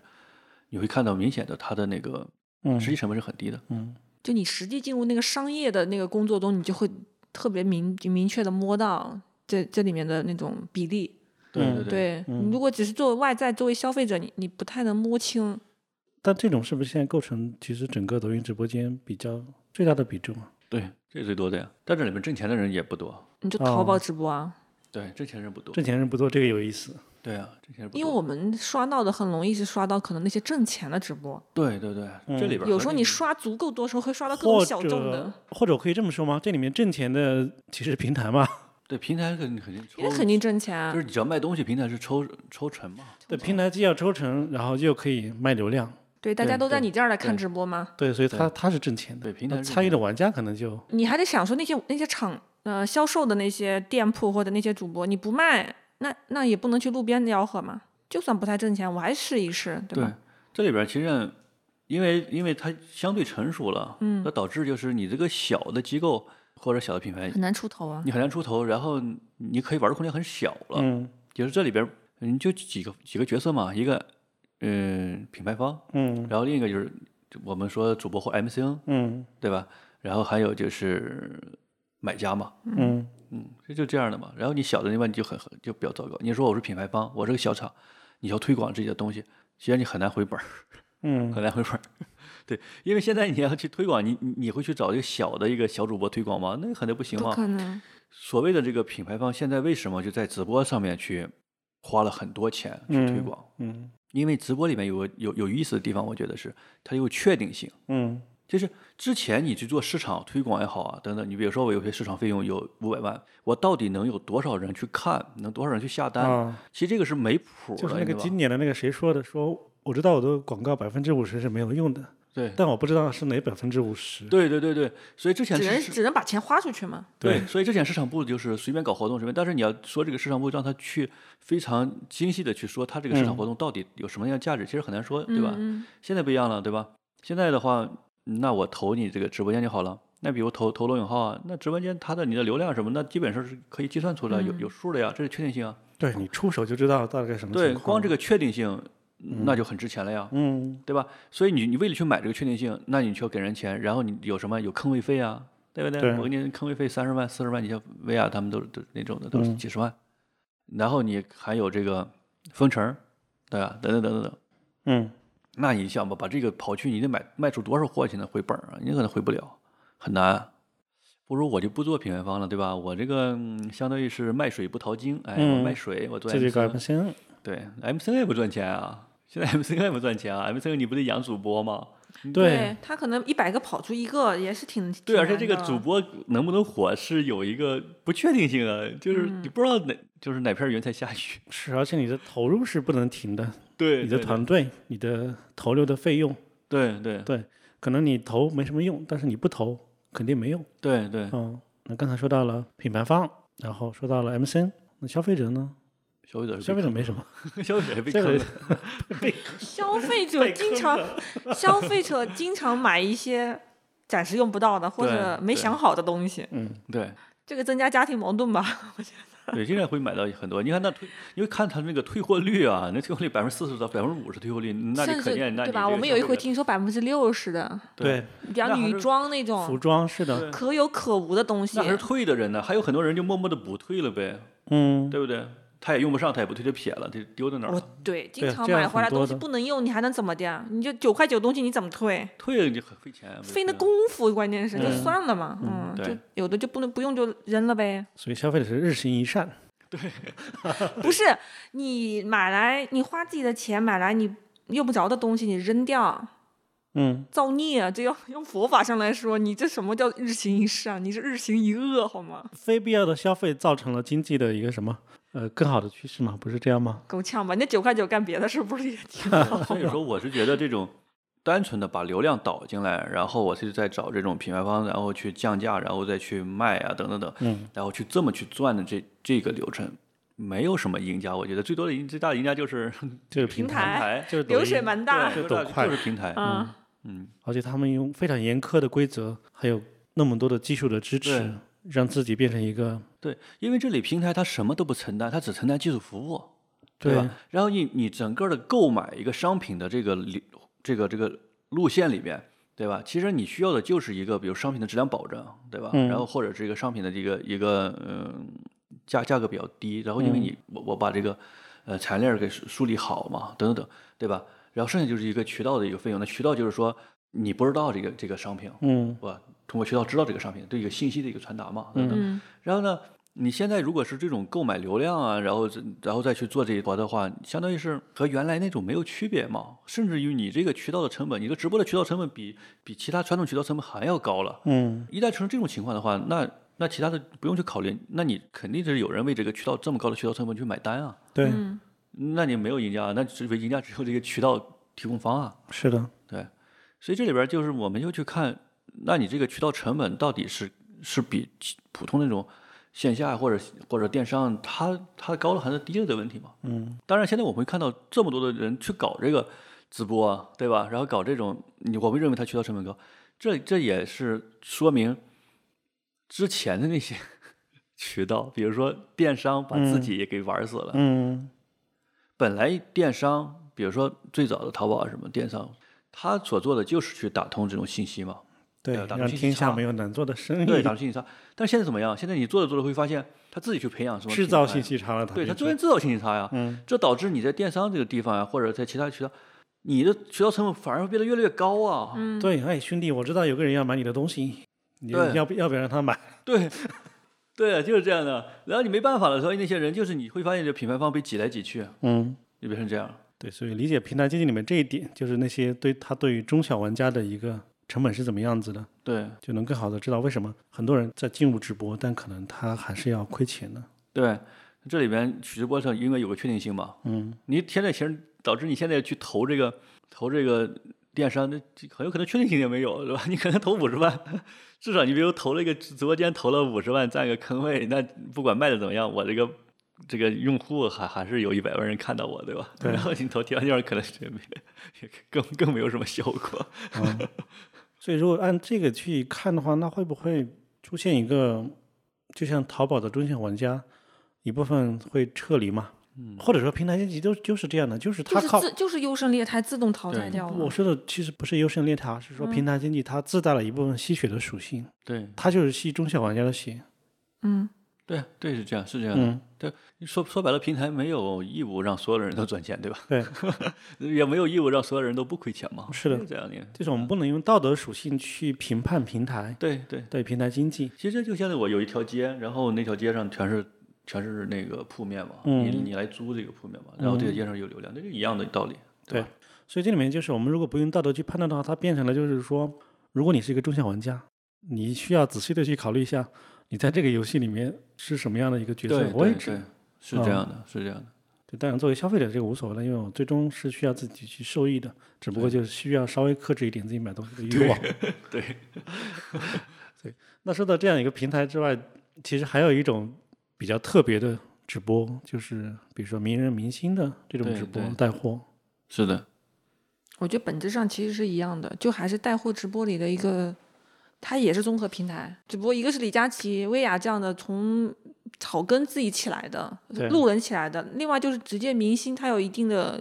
Speaker 1: 你会看到明显的，他的那个
Speaker 2: 嗯
Speaker 1: 实际成本是很低的。
Speaker 2: 嗯
Speaker 3: 就你实际进入那个商业的那个工作中，你就会特别明明确的摸到这这里面的那种比例。
Speaker 1: 对
Speaker 2: 嗯
Speaker 1: 对对，
Speaker 3: 对你如果只是作为外在作为消费者，你你不太能摸清。
Speaker 2: 但这种是不是现在构成其实整个抖音直播间比较最大的比重啊？
Speaker 1: 对这是最多的呀。但这里面挣钱的人也不多，
Speaker 3: 你就淘宝
Speaker 2: 哦
Speaker 3: 直播啊，
Speaker 1: 对，挣钱的人不多。
Speaker 2: 挣钱人不做这个有意思，
Speaker 1: 对啊，挣钱人不多。
Speaker 3: 因为我们刷到的很容易是刷到可能那些挣钱的直播，
Speaker 1: 对对对，
Speaker 2: 嗯
Speaker 1: 这里边
Speaker 3: 有
Speaker 1: 和
Speaker 3: 时候
Speaker 1: 那
Speaker 3: 你
Speaker 1: 个
Speaker 3: 刷足够多时候会刷到各
Speaker 2: 或
Speaker 3: 种小众
Speaker 2: 者
Speaker 3: 的，
Speaker 2: 或者我可以这么说吗？这里面挣钱的其实是平台嘛，
Speaker 1: 对平台肯定肯定抽
Speaker 3: 因为，肯定挣钱啊
Speaker 1: 就。是你只要卖东西，平台是抽抽成嘛。
Speaker 2: 对，平台既要抽成，然后又可以卖流量，
Speaker 3: 对，大家
Speaker 1: 对
Speaker 3: 都在
Speaker 1: 对
Speaker 3: 你这儿来看
Speaker 1: 对
Speaker 3: 直播吗？
Speaker 2: 对，所以它它是挣钱的。
Speaker 1: 对平台
Speaker 2: 那
Speaker 1: 是
Speaker 2: 参与
Speaker 1: 挣
Speaker 2: 的玩家可能就
Speaker 3: 你还得想说那些那些厂呃销售的那些店铺或者那些主播，你不卖，那那也不能去路边吆喝嘛。就算不太挣钱，我还试一试，对
Speaker 1: 对
Speaker 3: 吧？，
Speaker 1: 这里边其实因为因为它相对成熟了，嗯，那导致就是你这个小的机构或者小的品牌，
Speaker 3: 很难出头啊。
Speaker 1: 你很难出头，然后你可以玩的空间很小了。
Speaker 2: 嗯
Speaker 1: 也就是这里边你就几个几个角色嘛，一个嗯、品牌方，
Speaker 2: 嗯
Speaker 1: 然后另一个就是我们说主播或 MCN
Speaker 2: 嗯
Speaker 1: 对吧？然后还有就是买家嘛，
Speaker 2: 嗯
Speaker 1: 嗯，这就这样的嘛。然后你小的那边你就很很就比较糟糕。你说我是品牌方，我是个小厂，你要推广自己的东西，其实你很难回本儿，
Speaker 2: 嗯
Speaker 1: 很难回本儿。 *laughs* 对，因为现在你要去推广，你你你会去找一个小的一个小主播推广吗？那肯定不行
Speaker 3: 不
Speaker 1: 嘛。
Speaker 3: 可能，
Speaker 1: 所谓的这个品牌方，现在为什么就在直播上面去花了很多钱去推
Speaker 2: 嗯
Speaker 1: 广？
Speaker 2: 嗯
Speaker 1: 因为直播里面有个有有意思的地方，我觉得是它有确定性。
Speaker 2: 嗯
Speaker 1: 就是之前你去做市场推广也好啊，等等，你比如说我有些市场费用有五百万，我到底能有多少人去看，能多少人去下单？
Speaker 2: 啊，
Speaker 1: 其实这个是没谱的，
Speaker 2: 就是那个
Speaker 1: 对吧
Speaker 2: 今年的那个谁说的，说我知道我的广告百分之五十是没有用的，
Speaker 1: 对
Speaker 2: 但我不知道是哪百分之五十。
Speaker 1: 对对对对，所以之前
Speaker 3: 只能
Speaker 1: 是
Speaker 3: 只能把钱花出去嘛。
Speaker 1: 对，所以之前市场部就是随便搞活动随便，但是你要说这个市场部让他去非常精细的去说他这个
Speaker 2: 嗯
Speaker 1: 市场活动到底有什么样的价值，其实很难说，对吧？
Speaker 3: 嗯
Speaker 1: 现在不一样了，对吧？现在的话，那我投你这个直播间就好了。那比如投投罗永浩啊，那直播间它的你的流量什么，那基本上是可以计算出来有有数的呀，这是确定性啊。
Speaker 2: 对你出手就知道大概什么
Speaker 1: 对，
Speaker 2: 情况。
Speaker 1: 光这个确定性，那就很值钱了呀，
Speaker 2: 嗯
Speaker 1: 对吧？所以你你为了去买这个确定性，那你就要给人钱，然后你有什么有坑位费啊，对不对？
Speaker 2: 对
Speaker 1: 我给你坑位费三十万、四十万，你像薇娅他们都是都是那种的，都是
Speaker 2: 嗯
Speaker 1: 几十万。然后你还有这个分成儿，对吧？等等等等等。
Speaker 2: 嗯
Speaker 1: 那你想吧，把这个跑去，你得买卖出多少货才能回本儿啊？你可能回不了，很难。不如我就不做品牌方了，对吧？我这个、嗯相当于是卖水不淘金，哎，我
Speaker 2: 嗯
Speaker 1: 卖水，我做
Speaker 2: 这就搞
Speaker 1: MCN，
Speaker 2: M C N
Speaker 1: 对，MCN 也不赚钱啊。现在 MCN 也不赚钱啊，MCN 你不得养主播吗？
Speaker 2: 对
Speaker 3: 他可能一百个跑出一个也是挺
Speaker 1: 对，
Speaker 3: 挺
Speaker 1: 而且这
Speaker 3: 难
Speaker 1: 个
Speaker 3: 的
Speaker 1: 主播能不能火是有一个不确定性的，就是
Speaker 3: 嗯
Speaker 1: 你不知道哪，就是哪片云彩下雨。
Speaker 3: *laughs*
Speaker 2: 是，而且你的投入是不能停的，
Speaker 1: 对，
Speaker 2: 你的
Speaker 1: 对
Speaker 2: 团队、你的投流的费用，
Speaker 1: 对对
Speaker 2: 对，可能你投没什么用，但是你不投肯定没用。
Speaker 1: 对对，
Speaker 2: 嗯，那刚才说到了品牌方，然后说到了 M C N，那消费者呢？
Speaker 1: 消费者是被
Speaker 2: 消费者没什么，
Speaker 1: 坑 *laughs* 消费者是被
Speaker 2: 这
Speaker 1: 坑
Speaker 2: 个
Speaker 1: 的，
Speaker 3: 消费者经常消费者经常买一些暂时用不到的或
Speaker 1: 对
Speaker 3: 者没
Speaker 1: 对
Speaker 3: 想好的东西，
Speaker 2: 嗯，
Speaker 1: 对。
Speaker 3: 这个增加家庭矛盾吧。
Speaker 1: 对，现在会买到很多。你看那退，因为看他那个退货率啊，那退货率百分之四十到百分之五十退货率，那
Speaker 3: 甚
Speaker 1: 你
Speaker 3: 至
Speaker 1: 可见那
Speaker 3: 对
Speaker 1: 你
Speaker 3: 吧？
Speaker 1: 这个
Speaker 3: 我们有一
Speaker 1: 消
Speaker 3: 回
Speaker 1: 费者
Speaker 3: 听说百分之六十的，
Speaker 1: 对哦
Speaker 2: 对，
Speaker 3: 比方
Speaker 1: 那还
Speaker 3: 女
Speaker 1: 是
Speaker 3: 装那
Speaker 2: 服
Speaker 3: 种
Speaker 2: 装是的，
Speaker 3: 可有可无的东西
Speaker 1: 那，还是退的人呢，还有很多人就默默的不退了呗，
Speaker 2: 嗯，
Speaker 1: 对不对？他也用不上，他也不退，就撇了，就丢在那儿
Speaker 3: 我
Speaker 1: 了。
Speaker 3: 对经
Speaker 2: 对
Speaker 3: 常
Speaker 2: 这样
Speaker 3: 买回来
Speaker 2: 很多
Speaker 3: 东西
Speaker 2: 的
Speaker 3: 不能用，你还能怎么的呀？你就九块九东西你怎么退？
Speaker 1: 退了就很费钱啊，
Speaker 3: 费那
Speaker 1: 对
Speaker 3: 功夫，关键是就
Speaker 2: 嗯
Speaker 3: 算了嘛，嗯，
Speaker 1: 对
Speaker 3: 就有的就不能不用就扔了呗。
Speaker 2: 所以消费者是日行一善，
Speaker 3: 不是你买来你花自己的钱买来你用不着的东西你扔掉，
Speaker 2: 嗯，
Speaker 3: 造孽，啊这要 *laughs* 用佛法上来说，你这什么叫日行一善？你是日行一恶好吗？
Speaker 2: 非必要的消费造成了经济的一个什么呃更好的趋势嘛，不是这样吗？
Speaker 3: 够呛吧？你那九块九干别的事儿不是也挺
Speaker 1: *laughs*
Speaker 3: 好？
Speaker 1: 所以说，我是觉得这种单纯的把流量导进来，然后我去再找这种品牌方，然后去降价，然后再去卖啊，等等等，
Speaker 2: 嗯，
Speaker 1: 然后去这么去赚的这这个流程，没有什么赢家。我觉得最多的赢最大的赢家就是 *laughs*
Speaker 2: 就是
Speaker 3: 平
Speaker 2: 台，
Speaker 3: 台
Speaker 1: 台，
Speaker 2: 就是抖
Speaker 3: 流水
Speaker 2: 音，
Speaker 3: 蛮大，
Speaker 1: 对
Speaker 2: 就抖快
Speaker 1: 就是平台，
Speaker 3: 啊，
Speaker 1: 嗯。
Speaker 2: 而且他们用非常严苛的规则，还有那么多的技术的支
Speaker 1: 对
Speaker 2: 持，让自己变成一个
Speaker 1: 对，因为这里平台它什么都不承担，它只承担技术服务，
Speaker 2: 对
Speaker 1: 吧？然后你你整个的购买一个商品的这个里这个这个路线里面，对吧？其实你需要的就是一个，比如商品的质量保证，对吧？
Speaker 2: 嗯
Speaker 1: 然后或者是一个商品的这个一个嗯价价格比较低，然后因为你、
Speaker 2: 嗯
Speaker 1: 我我把这个呃产业链儿给梳梳理好嘛，等等等，对吧？然后剩下就是一个渠道的一个费用，那渠道就是说你不知道这个这个商品，
Speaker 2: 嗯
Speaker 1: 对吧？通过渠道知道这个商品，对一个信息的一个传达嘛，等等。
Speaker 3: 嗯
Speaker 1: 然后呢，你现在如果是这种购买流量啊，然后这然后再去做这一活的话，相当于是和原来那种没有区别嘛，甚至于你这个渠道的成本，你的直播的渠道成本比比其他传统渠道成本还要高了。
Speaker 2: 嗯
Speaker 1: 一旦成这种情况的话，那那其他的不用去考虑，那你肯定是有人为这个渠道这么高的渠道成本去买单啊，
Speaker 2: 对，
Speaker 3: 嗯，
Speaker 1: 那你没有赢家，那只为赢家只有这个渠道提供方啊。
Speaker 2: 是的，
Speaker 1: 所以这里边就是我们又去看，那你这个渠道成本到底是是比其普通那种线下或者或者电商它它高了还是低了的问题嘛？
Speaker 2: 嗯
Speaker 1: 当然，现在我们会看到这么多的人去搞这个直播啊，对吧？然后搞这种，你我会认为它渠道成本高，这这也是说明之前的那些 *laughs* 渠道，比如说电商把自己也给玩死了，
Speaker 2: 嗯
Speaker 1: 本来电商，比如说最早的淘宝啊什么电商，它所做的就是去打通这种信息嘛，
Speaker 2: 对，
Speaker 1: 呃打
Speaker 2: 让
Speaker 1: 出去
Speaker 2: 天下
Speaker 1: 差
Speaker 2: 没有难做的生意，
Speaker 1: 对，打通信息差。但是现在怎么样？现在你做着做着会发现，它自己去培养什么
Speaker 2: 制造
Speaker 1: 品牌
Speaker 2: 信，息差了，
Speaker 1: 对，它
Speaker 2: 变
Speaker 1: 逐
Speaker 2: 成
Speaker 1: 渐制造信息差呀。
Speaker 2: 嗯
Speaker 1: 这导致你在电商这个地方呀、或者在其他渠道，你的渠道成本反而会变得越来越高啊。
Speaker 3: 嗯
Speaker 2: 对，哎兄弟，我知道有个人要买你的东西，你
Speaker 1: 对
Speaker 2: 要不要不要
Speaker 1: *laughs*
Speaker 2: 让他买？
Speaker 1: 对，对，啊就是这样的。然后你没办法了，所以那些人就是你会发现，这品牌方被挤来挤去，
Speaker 2: 嗯，
Speaker 1: 就变成这样。
Speaker 2: 对，所以理解平台经济里面这一点，就是那些对他对于中小玩家的一个成本是怎么样子的，
Speaker 1: 对
Speaker 2: 就能更好的知道为什么很多人在进入直播，但可能他还是要亏钱的。
Speaker 1: 对，这里边直播上因为有个确定性嘛，
Speaker 2: 嗯，
Speaker 1: 你现在其实导致你现在去投这个投这个电商，那这很有可能确定性也没有，是吧？你可能投五十万， *laughs* 至少你比如投了一个直直播间投了五十万占个坑位，那不管卖的怎么样，我这个这个用户还还是有一百万人看到我，对吧？
Speaker 2: 对
Speaker 1: 然后你投第二第二可能也没 *laughs* 也更更没有什么效果。
Speaker 2: *laughs* 所以如果按这个去看的话，那会不会出现一个，就像淘宝的中小玩家一部分会撤离嘛？嗯，或者说平台经济都就是这样的，就是
Speaker 3: 就
Speaker 2: 他
Speaker 3: 是
Speaker 2: 靠。
Speaker 3: 自就是优胜劣汰自动淘汰
Speaker 1: 对
Speaker 3: 掉了。
Speaker 2: 我说的其实不是优胜劣汰，是说
Speaker 3: 嗯
Speaker 2: 平台经济它自带了一部分吸血的属性，
Speaker 1: 对
Speaker 2: 它就是吸中小玩家的血。
Speaker 3: 嗯，
Speaker 1: 对对，是这样是这样的。
Speaker 2: 嗯，
Speaker 1: 说说白了，平台没有义务让所有的人都赚钱，对吧？
Speaker 2: 对，
Speaker 1: *laughs* 也没有义务让所有人都不亏钱嘛。
Speaker 2: 是的
Speaker 1: 就这样的。
Speaker 2: 就是我们不能用道德属性去评判平台
Speaker 1: 对对，
Speaker 2: 对平台经济。
Speaker 1: 其实就现在我有一条街，然后那条街上全是全是那个铺面嘛，你
Speaker 2: 嗯
Speaker 1: 你来租这个铺面嘛，然后这个街上有流量，那就一样的道理。
Speaker 2: 嗯
Speaker 1: 对吧
Speaker 2: 所以这里面就是我们如果不用道德去判断的话，它变成了就是说，如果你是一个中小玩家，你需要仔细的去考虑一下，你在这个游戏里面是什么样的一个角色
Speaker 1: 对
Speaker 2: 位
Speaker 1: 对
Speaker 2: 置。
Speaker 1: 对，是这样的，是这样的。
Speaker 2: 对，当然作为消费者这个无所谓了，因为我最终是需要自己去受益的，只不过就是需要稍微克制一点自己买东西的欲望。 *laughs*
Speaker 1: 对，
Speaker 2: 嗯那说到这样一个平台之外，其实还有一种比较特别的直播，就是比如说名人明星的这种
Speaker 1: 对
Speaker 2: 直播
Speaker 1: 对
Speaker 2: 带货。
Speaker 1: *laughs* 是的，
Speaker 3: 我觉得本质上其实是一样的，就还是带货直播里的一个，它也是综合平台，只不过一个是李佳琦、薇娅这样的从草根自己起来的
Speaker 2: 对
Speaker 3: 路人起来的，另外就是直接明星，他有一定的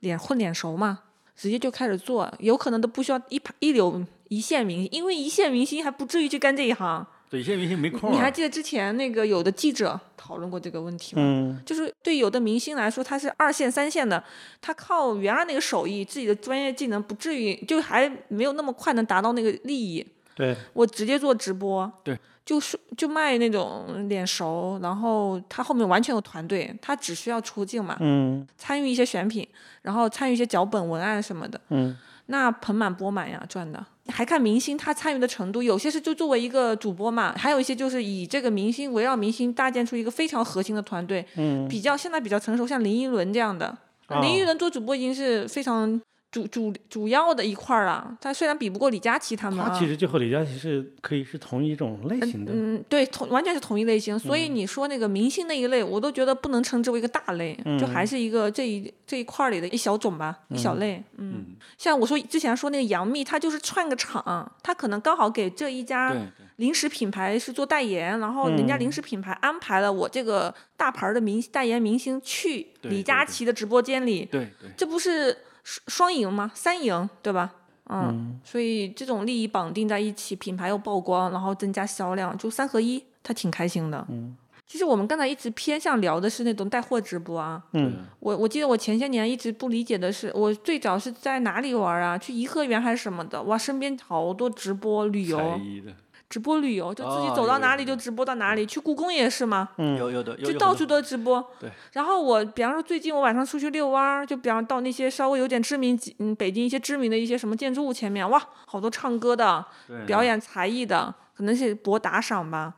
Speaker 3: 脸混脸熟嘛，直接就开始做，有可能都不需要一排一流一线明星，因为一线明星还不至于去干这一行。
Speaker 1: 对，现在明星没空
Speaker 3: 你还
Speaker 1: 儿，
Speaker 3: 记得之前那个有的记者讨论过这个问题吗？
Speaker 2: 嗯，
Speaker 3: 就是对有的明星来说，他是二线、三线的，他靠原来那个手艺、自己的专业技能，不至于就还没有那么快能达到那个利益。
Speaker 2: 对，
Speaker 3: 我直接做直播，
Speaker 1: 对，
Speaker 3: 就是就卖那种脸熟，然后他后面完全有团队，他只需要出镜嘛，
Speaker 2: 嗯
Speaker 3: 参与一些选品，然后参与一些脚本、文案什么的，
Speaker 2: 嗯，
Speaker 3: 那盆满钵满呀，赚的。还看明星他参与的程度，有些是就作为一个主播嘛，还有一些就是以这个明星围绕明星搭建出一个非常核心的团队，
Speaker 2: 嗯
Speaker 3: 比较现在比较成熟，像林依轮这样的，
Speaker 2: 哦
Speaker 3: 林依轮做主播已经是非常主主主要的一块儿啊。但虽然比不过李佳琦他们、啊，
Speaker 2: 他其实就和李佳琦是可以是同一种类型的，
Speaker 3: 嗯，对，同完全是同一类型。所
Speaker 2: 嗯
Speaker 3: 以你说那个明星那一类，我都觉得不能称之为一个大类，就
Speaker 2: 嗯
Speaker 3: 还是一个这一这一块儿里的一小种吧，一小类。嗯，
Speaker 1: 嗯，
Speaker 3: 像我说之前说那个杨幂，她就是串个场，她可能刚好给这一家
Speaker 1: 对对，
Speaker 3: 零食品牌是做代言，然后人家
Speaker 2: 嗯
Speaker 3: 零食品牌安排了我这个大牌儿的明代言明星去
Speaker 1: 对
Speaker 3: 李
Speaker 1: 对
Speaker 3: 佳
Speaker 1: 对
Speaker 3: 琦的直播间里，
Speaker 1: 对对，
Speaker 3: 这不是双双赢吗？三赢，对吧？嗯，所以这种利益绑定在一起，品牌又曝光，然后增加销量，就三合一，他挺开心的。
Speaker 2: 嗯
Speaker 3: 其实我们刚才一直偏向聊的是那种带货直播啊，
Speaker 2: 嗯
Speaker 3: 我我记得我前些年一直不理解的是，我最早是在哪里玩啊？去颐和园还是什么的？哇，身边好多直播旅游，
Speaker 1: 才艺的，
Speaker 3: 直播旅游，就自己
Speaker 1: 啊
Speaker 3: 走到
Speaker 1: 有
Speaker 3: 哪
Speaker 1: 有
Speaker 3: 里
Speaker 1: 有
Speaker 3: 就直播到哪里。去故宫也是吗？
Speaker 2: 嗯
Speaker 1: 有有的，有
Speaker 3: 就
Speaker 1: 有
Speaker 3: 到
Speaker 1: 很
Speaker 3: 处
Speaker 1: 多
Speaker 3: 都直播。
Speaker 1: 对。
Speaker 3: 然后我，比方说最近我晚上出去遛弯儿，就比方到那些稍微有点知名几，嗯，北京一些知名的一些什么建筑物前面，哇，好多唱歌的、
Speaker 1: 对
Speaker 3: 表演才艺的，可能是博打赏吧，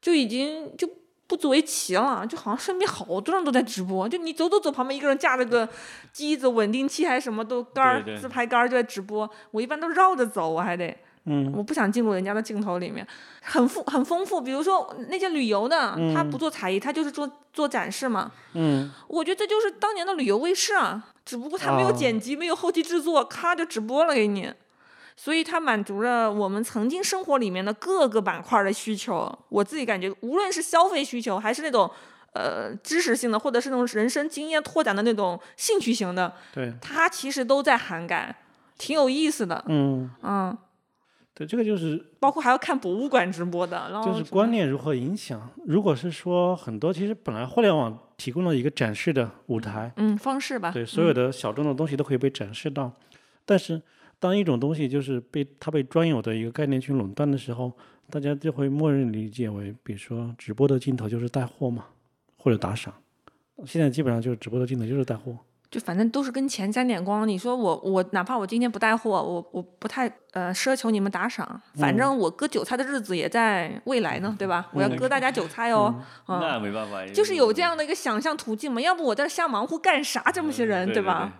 Speaker 3: 就已经就。不足为奇了，就好像身边好多人都在直播，就你走走走，旁边一个人架着个机子、稳定器还是什么都杆儿、
Speaker 1: 对对
Speaker 3: 自拍杆儿就在直播。我一般都绕着走，我还得。
Speaker 2: 嗯
Speaker 3: 我不想进入人家的镜头里面，很富很丰富。比如说那些旅游的，
Speaker 1: 嗯
Speaker 3: 他不做才艺，他就是做做展示嘛。
Speaker 2: 嗯
Speaker 3: 我觉得这就是当年的旅游卫视啊，只不过他没有
Speaker 2: 哦
Speaker 3: 剪辑，没有后期制作，咔就直播了给你。所以它满足了我们曾经生活里面的各个板块的需求。我自己感觉，无论是消费需求，还是那种呃知识性的，或者是那种人生经验拓展的那种兴趣型的，
Speaker 2: 对
Speaker 3: 它其实都在涵盖，挺有意思的。
Speaker 2: 嗯
Speaker 3: 嗯，
Speaker 2: 对，这个就是
Speaker 3: 包括还要看博物馆直播的，然后
Speaker 2: 就是观念如何影响。如果是说很多，其实本来互联网提供了一个展示的舞台，
Speaker 3: 嗯方式吧，
Speaker 2: 对所有的小众的东西都可以被展示到，但是当一种东西就是被它被专有的一个概念去垄断的时候，大家就会默认理解为，比如说直播的镜头就是带货嘛，或者打赏。现在基本上就是直播的镜头就是带货，
Speaker 3: 就反正都是跟钱沾点光。你说我我哪怕我今天不带货，我我不太呃奢求你们打赏，
Speaker 1: 嗯
Speaker 3: 反正我割韭菜的日子也在未来呢，对吧？我要割大家韭
Speaker 1: *laughs*
Speaker 3: 菜哦，嗯
Speaker 1: 那没办法，
Speaker 3: 就是有这样的一个想象途径嘛，要不我在这瞎忙活干啥？这么些人，
Speaker 1: 嗯对
Speaker 3: 吧？？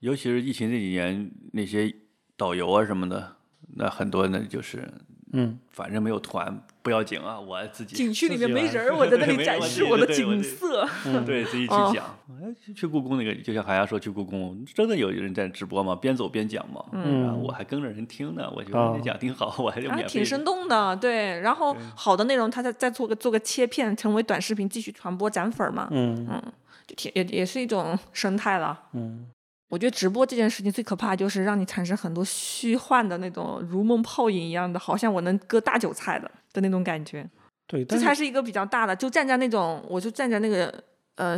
Speaker 1: 尤其是疫情这几年，那些导游啊什么的，那很多呢就是，
Speaker 2: 嗯，
Speaker 1: 反正没有团不要紧啊，我自己
Speaker 3: 景区里面
Speaker 2: 自己
Speaker 3: 没
Speaker 2: 来
Speaker 3: 人儿，我在
Speaker 1: *laughs*
Speaker 3: 那
Speaker 1: 没
Speaker 3: 里
Speaker 1: 人
Speaker 3: 展
Speaker 1: 我
Speaker 3: 示
Speaker 1: 自己
Speaker 3: 我的
Speaker 1: 对我
Speaker 3: 景
Speaker 1: 自己
Speaker 3: 色。
Speaker 1: *laughs*
Speaker 2: 嗯
Speaker 1: 对自己去
Speaker 3: 哦
Speaker 1: 讲。哎，去去故宫那个，就像海牙说去故宫，真的有人在直播嘛，边走边讲嘛，
Speaker 2: 嗯
Speaker 1: 然后我还跟着人听呢，我觉得
Speaker 2: 哦
Speaker 1: 人家讲挺哎好，我还就
Speaker 3: 啊，
Speaker 1: 免费
Speaker 3: 挺生动的，对。然后好的内容，它再再做个做个切片，成为短视频继续传播涨粉儿嘛，
Speaker 2: 嗯
Speaker 3: 就挺也也是一种生态了。
Speaker 2: 嗯
Speaker 3: 我觉得直播这件事情最可怕，就是让你产生很多虚幻的那种如梦泡影一样的，好像我能割大韭菜的的那种感觉。
Speaker 2: 对，
Speaker 3: 这
Speaker 2: 但
Speaker 3: 才
Speaker 2: 是
Speaker 3: 是一个比较大的，就站在那种，我就站在那个呃，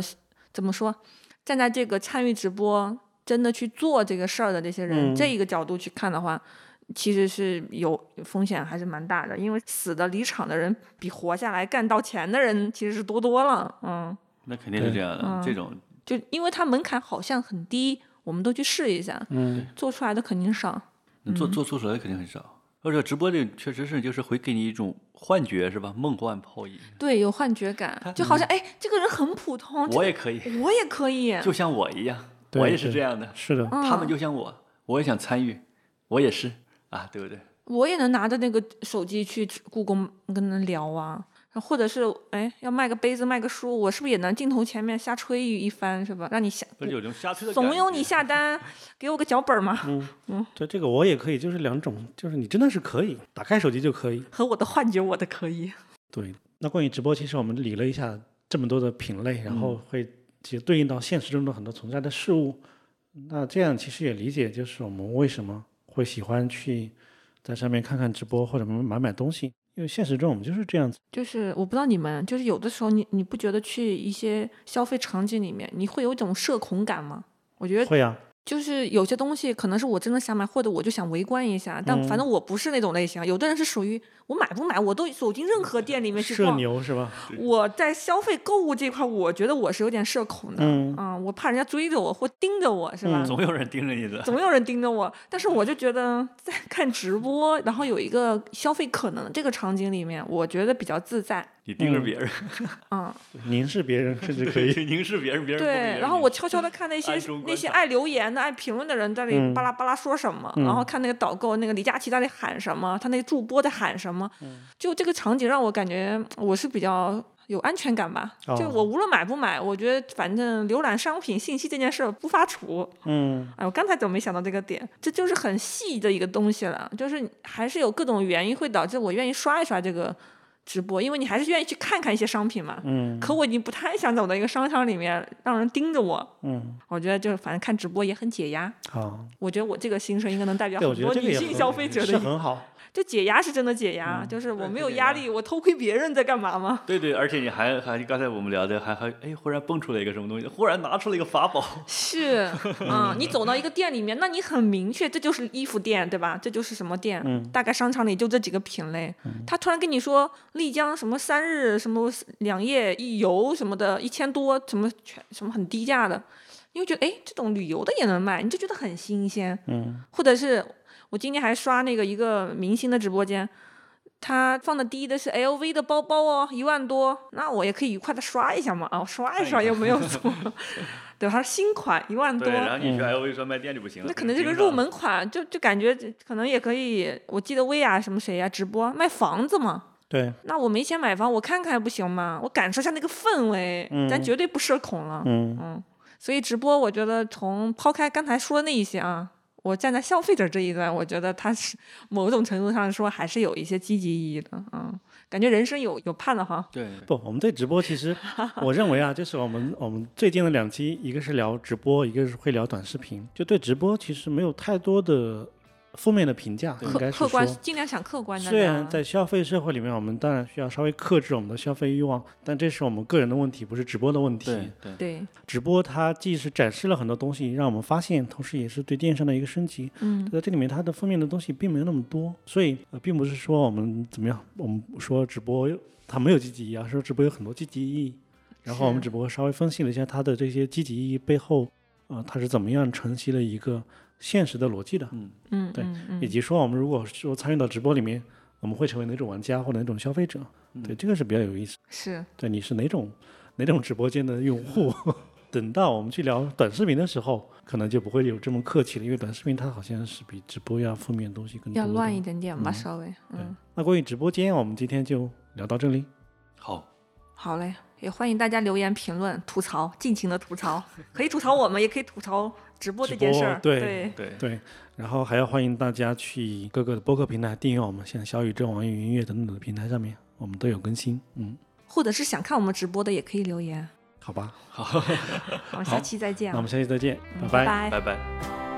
Speaker 3: 怎么说，站在这个参与直播真的去做这个事儿的这些人，
Speaker 2: 嗯
Speaker 3: 这一个角度去看的话，其实是有风险还是蛮大的，因为死的离场的人比活下来干到钱的人其实是多多了，嗯。
Speaker 1: 那肯定是
Speaker 2: 对
Speaker 1: 这样的
Speaker 3: 嗯，
Speaker 1: 这种
Speaker 3: 就因为它门槛好像很低，我们都去试一下，
Speaker 2: 嗯
Speaker 3: 做出来的肯定少。
Speaker 1: 做做做出来的肯定很少。而且直播这确实是，就是会给你一种幻觉，是吧？梦幻泡影，
Speaker 3: 对，有幻觉感，就好像哎，这个人很普通，这
Speaker 1: 嗯我
Speaker 3: 个
Speaker 1: 也可以，
Speaker 3: 我也可以，
Speaker 1: 就像我一样，
Speaker 2: 对
Speaker 1: 我也是
Speaker 2: 对
Speaker 1: 这样的，
Speaker 2: 是的，
Speaker 1: 他们
Speaker 3: 嗯
Speaker 1: 就像我，我也想参与，我也是啊，对不对？
Speaker 3: 我也能拿着那个手机去故宫跟人聊啊，或者是哎要卖个杯子卖个书，我是不是也能镜头前面瞎吹一番是吧？让你下
Speaker 1: 不是有种瞎吹的
Speaker 3: 怂
Speaker 1: 感
Speaker 3: 恿
Speaker 1: 觉
Speaker 3: 你下单，给我个脚本嘛，
Speaker 2: 对这个我也可以，就是两种，就是你真的是可以打开手机就可以。
Speaker 3: *laughs* 和我的幻觉我的可以。
Speaker 2: 对，那关于直播，其实我们理了一下这么多的品类，然后会其实对应到现实中的很多存在的事物。那这样其实也理解，就是我们为什么会喜欢去在上面看看直播或者买买东西，因为现实中我们就是这样子。
Speaker 3: 就是我不知道你们，就是有的时候你你不觉得去一些消费场景里面，你会有一种社恐感吗？我觉得
Speaker 2: 会啊，
Speaker 3: 就是有些东西可能是我真的想买，或者我就想围观一下，但
Speaker 2: 嗯
Speaker 3: 反正我不是那种类型。有的人是属于我买不买，我都走进任何店里面去
Speaker 2: 社
Speaker 3: 逛。
Speaker 2: 牛是吧？
Speaker 3: 我在消费购物这块，我觉得我是有点社恐的，
Speaker 2: 嗯
Speaker 3: 啊、我怕人家追着我或盯着我，是吧？
Speaker 2: 嗯
Speaker 1: *laughs* 总有人盯着你的，
Speaker 3: *laughs* 总有人盯着我，但是我就觉得在看直播，然后有一个消费可能这个场景里面，我觉得比较自在。
Speaker 1: 你盯着别人，，
Speaker 3: 嗯，
Speaker 2: 凝视别人甚至可 *laughs* 以
Speaker 1: 凝视别人，别人不理
Speaker 3: 对。
Speaker 1: 你
Speaker 3: 然后我悄悄的看那些
Speaker 1: 暗中观察
Speaker 3: 那些爱留言的、爱评论的人在那
Speaker 2: 嗯
Speaker 3: 里巴拉巴拉说什么，
Speaker 2: 嗯
Speaker 3: 然后看那个导购那个李佳琦在那里喊什么，他那个助播在喊什么，
Speaker 2: 嗯
Speaker 3: 就这个场景让我感觉我是比较。有安全感吧？
Speaker 2: 哦
Speaker 3: 就我无论买不买，我觉得反正浏览商品信息这件事儿不发怵。
Speaker 2: 嗯
Speaker 3: 哎，我刚才怎么没想到这个点？这就是很细的一个东西了，就是还是有各种原因会导致我愿意刷一刷这个直播，因为你还是愿意去看看一些商品嘛。
Speaker 2: 嗯
Speaker 3: 可我已经不太想走到一个商场里面让人盯着我，
Speaker 2: 嗯，
Speaker 3: 我觉得就是反正看直播也很解压。
Speaker 2: 好，
Speaker 3: 我觉得我这个心声应该能代表
Speaker 2: 对，我
Speaker 3: 很
Speaker 2: 觉得
Speaker 3: 多
Speaker 2: 这个
Speaker 3: 女
Speaker 2: 也
Speaker 3: 性
Speaker 2: 很嗯
Speaker 3: 消费者
Speaker 2: 是
Speaker 3: 的，
Speaker 2: 很好，
Speaker 3: 就解压是真的解压，就是我
Speaker 1: 对
Speaker 3: 没
Speaker 1: 是
Speaker 3: 有
Speaker 1: 解
Speaker 3: 压
Speaker 1: 压
Speaker 3: 力，我偷窥别人在干嘛吗？
Speaker 1: 对对，而且你还还刚才我们聊的还还哎，忽然蹦出来一个什么东西，忽然拿出了一个法
Speaker 3: *laughs*
Speaker 1: 宝，
Speaker 3: 是，嗯，你走到一个店里面，那你很明确，这就是衣服店，对吧？这就是什么店？
Speaker 2: 嗯
Speaker 3: 大概商场里就这几个品类。他突然跟你说丽江什么三日什么两夜一游什么的，一千多，什么全什么很低价的，你会觉得哎，这种旅游的也能卖，你就觉得很新鲜。
Speaker 2: 嗯
Speaker 3: 或者是我今天还刷那个一个明星的直播间，他放的第一的是 LV 的包包哦，一万多，那我也可以愉快的刷一下嘛，啊，我刷一刷又没有错，对吧？它是新款一万多嗯
Speaker 1: 对，，然后你去 LV 专卖店就不行了，
Speaker 3: 那可
Speaker 1: 被
Speaker 3: 能这
Speaker 1: 人
Speaker 3: 个
Speaker 1: 盯上
Speaker 3: 入门款就就感觉可能也可以，我记得薇娅什么谁呀、直播卖房子嘛。
Speaker 2: 对，
Speaker 3: 那我没钱买房，我看看不行吗？我感受一下那个氛围，咱
Speaker 2: 嗯
Speaker 3: 绝对不社恐了。
Speaker 2: 嗯
Speaker 3: 嗯，所以直播，我觉得从抛开刚才说的那一些啊，我站在消费者这一端，我觉得它是某种程度上说还是有一些积极意义的。嗯，感觉人生有有盼了哈。
Speaker 1: 对，
Speaker 2: 不，我们对直播其
Speaker 3: *laughs*
Speaker 2: 实，我认为啊，就是我们我们最近的两期，一个是聊直播，一个是会聊短视频，就对直播其实没有太多的负面的评价，应该是
Speaker 3: 客客
Speaker 2: 说。
Speaker 3: 观，尽量想客观的。啊
Speaker 2: 虽然在消费社会里面，我们当然需要稍微克制我们的消费欲望，但这是我们个人的问题，不是直播的问
Speaker 1: 对
Speaker 2: 题。
Speaker 1: 对
Speaker 3: 对，
Speaker 2: 直播它既是展示了很多东西，让我们发现，同时也是对电商的一个升级。
Speaker 3: 嗯
Speaker 2: 在这里面，它的负面的东西并没有那么多，所以呃，并不是说我们怎么样，我们说直播它没有积极意义啊，说直播有很多积极意义。然后我们
Speaker 3: 是
Speaker 2: 只不过稍微分析了一下它的这些积极意义背后，呃，它是怎么样承袭了一个现实的逻辑的，
Speaker 3: 嗯，
Speaker 2: 对
Speaker 3: 嗯嗯
Speaker 2: 以及说我们如果说参与到直播里面，我们会成为哪种玩家或者哪种消费者，对，这个是比较有意思。
Speaker 3: 是
Speaker 2: 对，你是哪种 *laughs* 哪种直播间的用户？ *laughs* 等到我们去聊短视频的时候，可能就不会有这么客气了，因为短视频它好像是比直播要负面的东西更多。
Speaker 3: 要乱一。点点吧，
Speaker 2: 嗯
Speaker 3: 稍微。嗯，
Speaker 2: 那关于直播间，我们今天就聊到这里。
Speaker 1: 好，
Speaker 3: 好嘞。也欢迎大家留言评论吐槽，尽情的吐槽，可以吐槽我们，也可以吐槽直播这
Speaker 2: 直
Speaker 3: 件事
Speaker 2: 播
Speaker 3: 儿。
Speaker 2: 对
Speaker 3: 对
Speaker 1: 对
Speaker 2: 对，然后还要欢迎大家去各个的播客平台订阅我们，像小宇宙、网易云音乐等等的平台上面，我们都有更新。嗯，
Speaker 3: 或者是想看我们直播的，也可以留言。
Speaker 2: 好吧，
Speaker 3: 好，下期再见
Speaker 2: 那我
Speaker 3: 啊，
Speaker 2: 们下期再见，
Speaker 3: 嗯
Speaker 2: 拜
Speaker 3: 拜。
Speaker 1: 拜拜。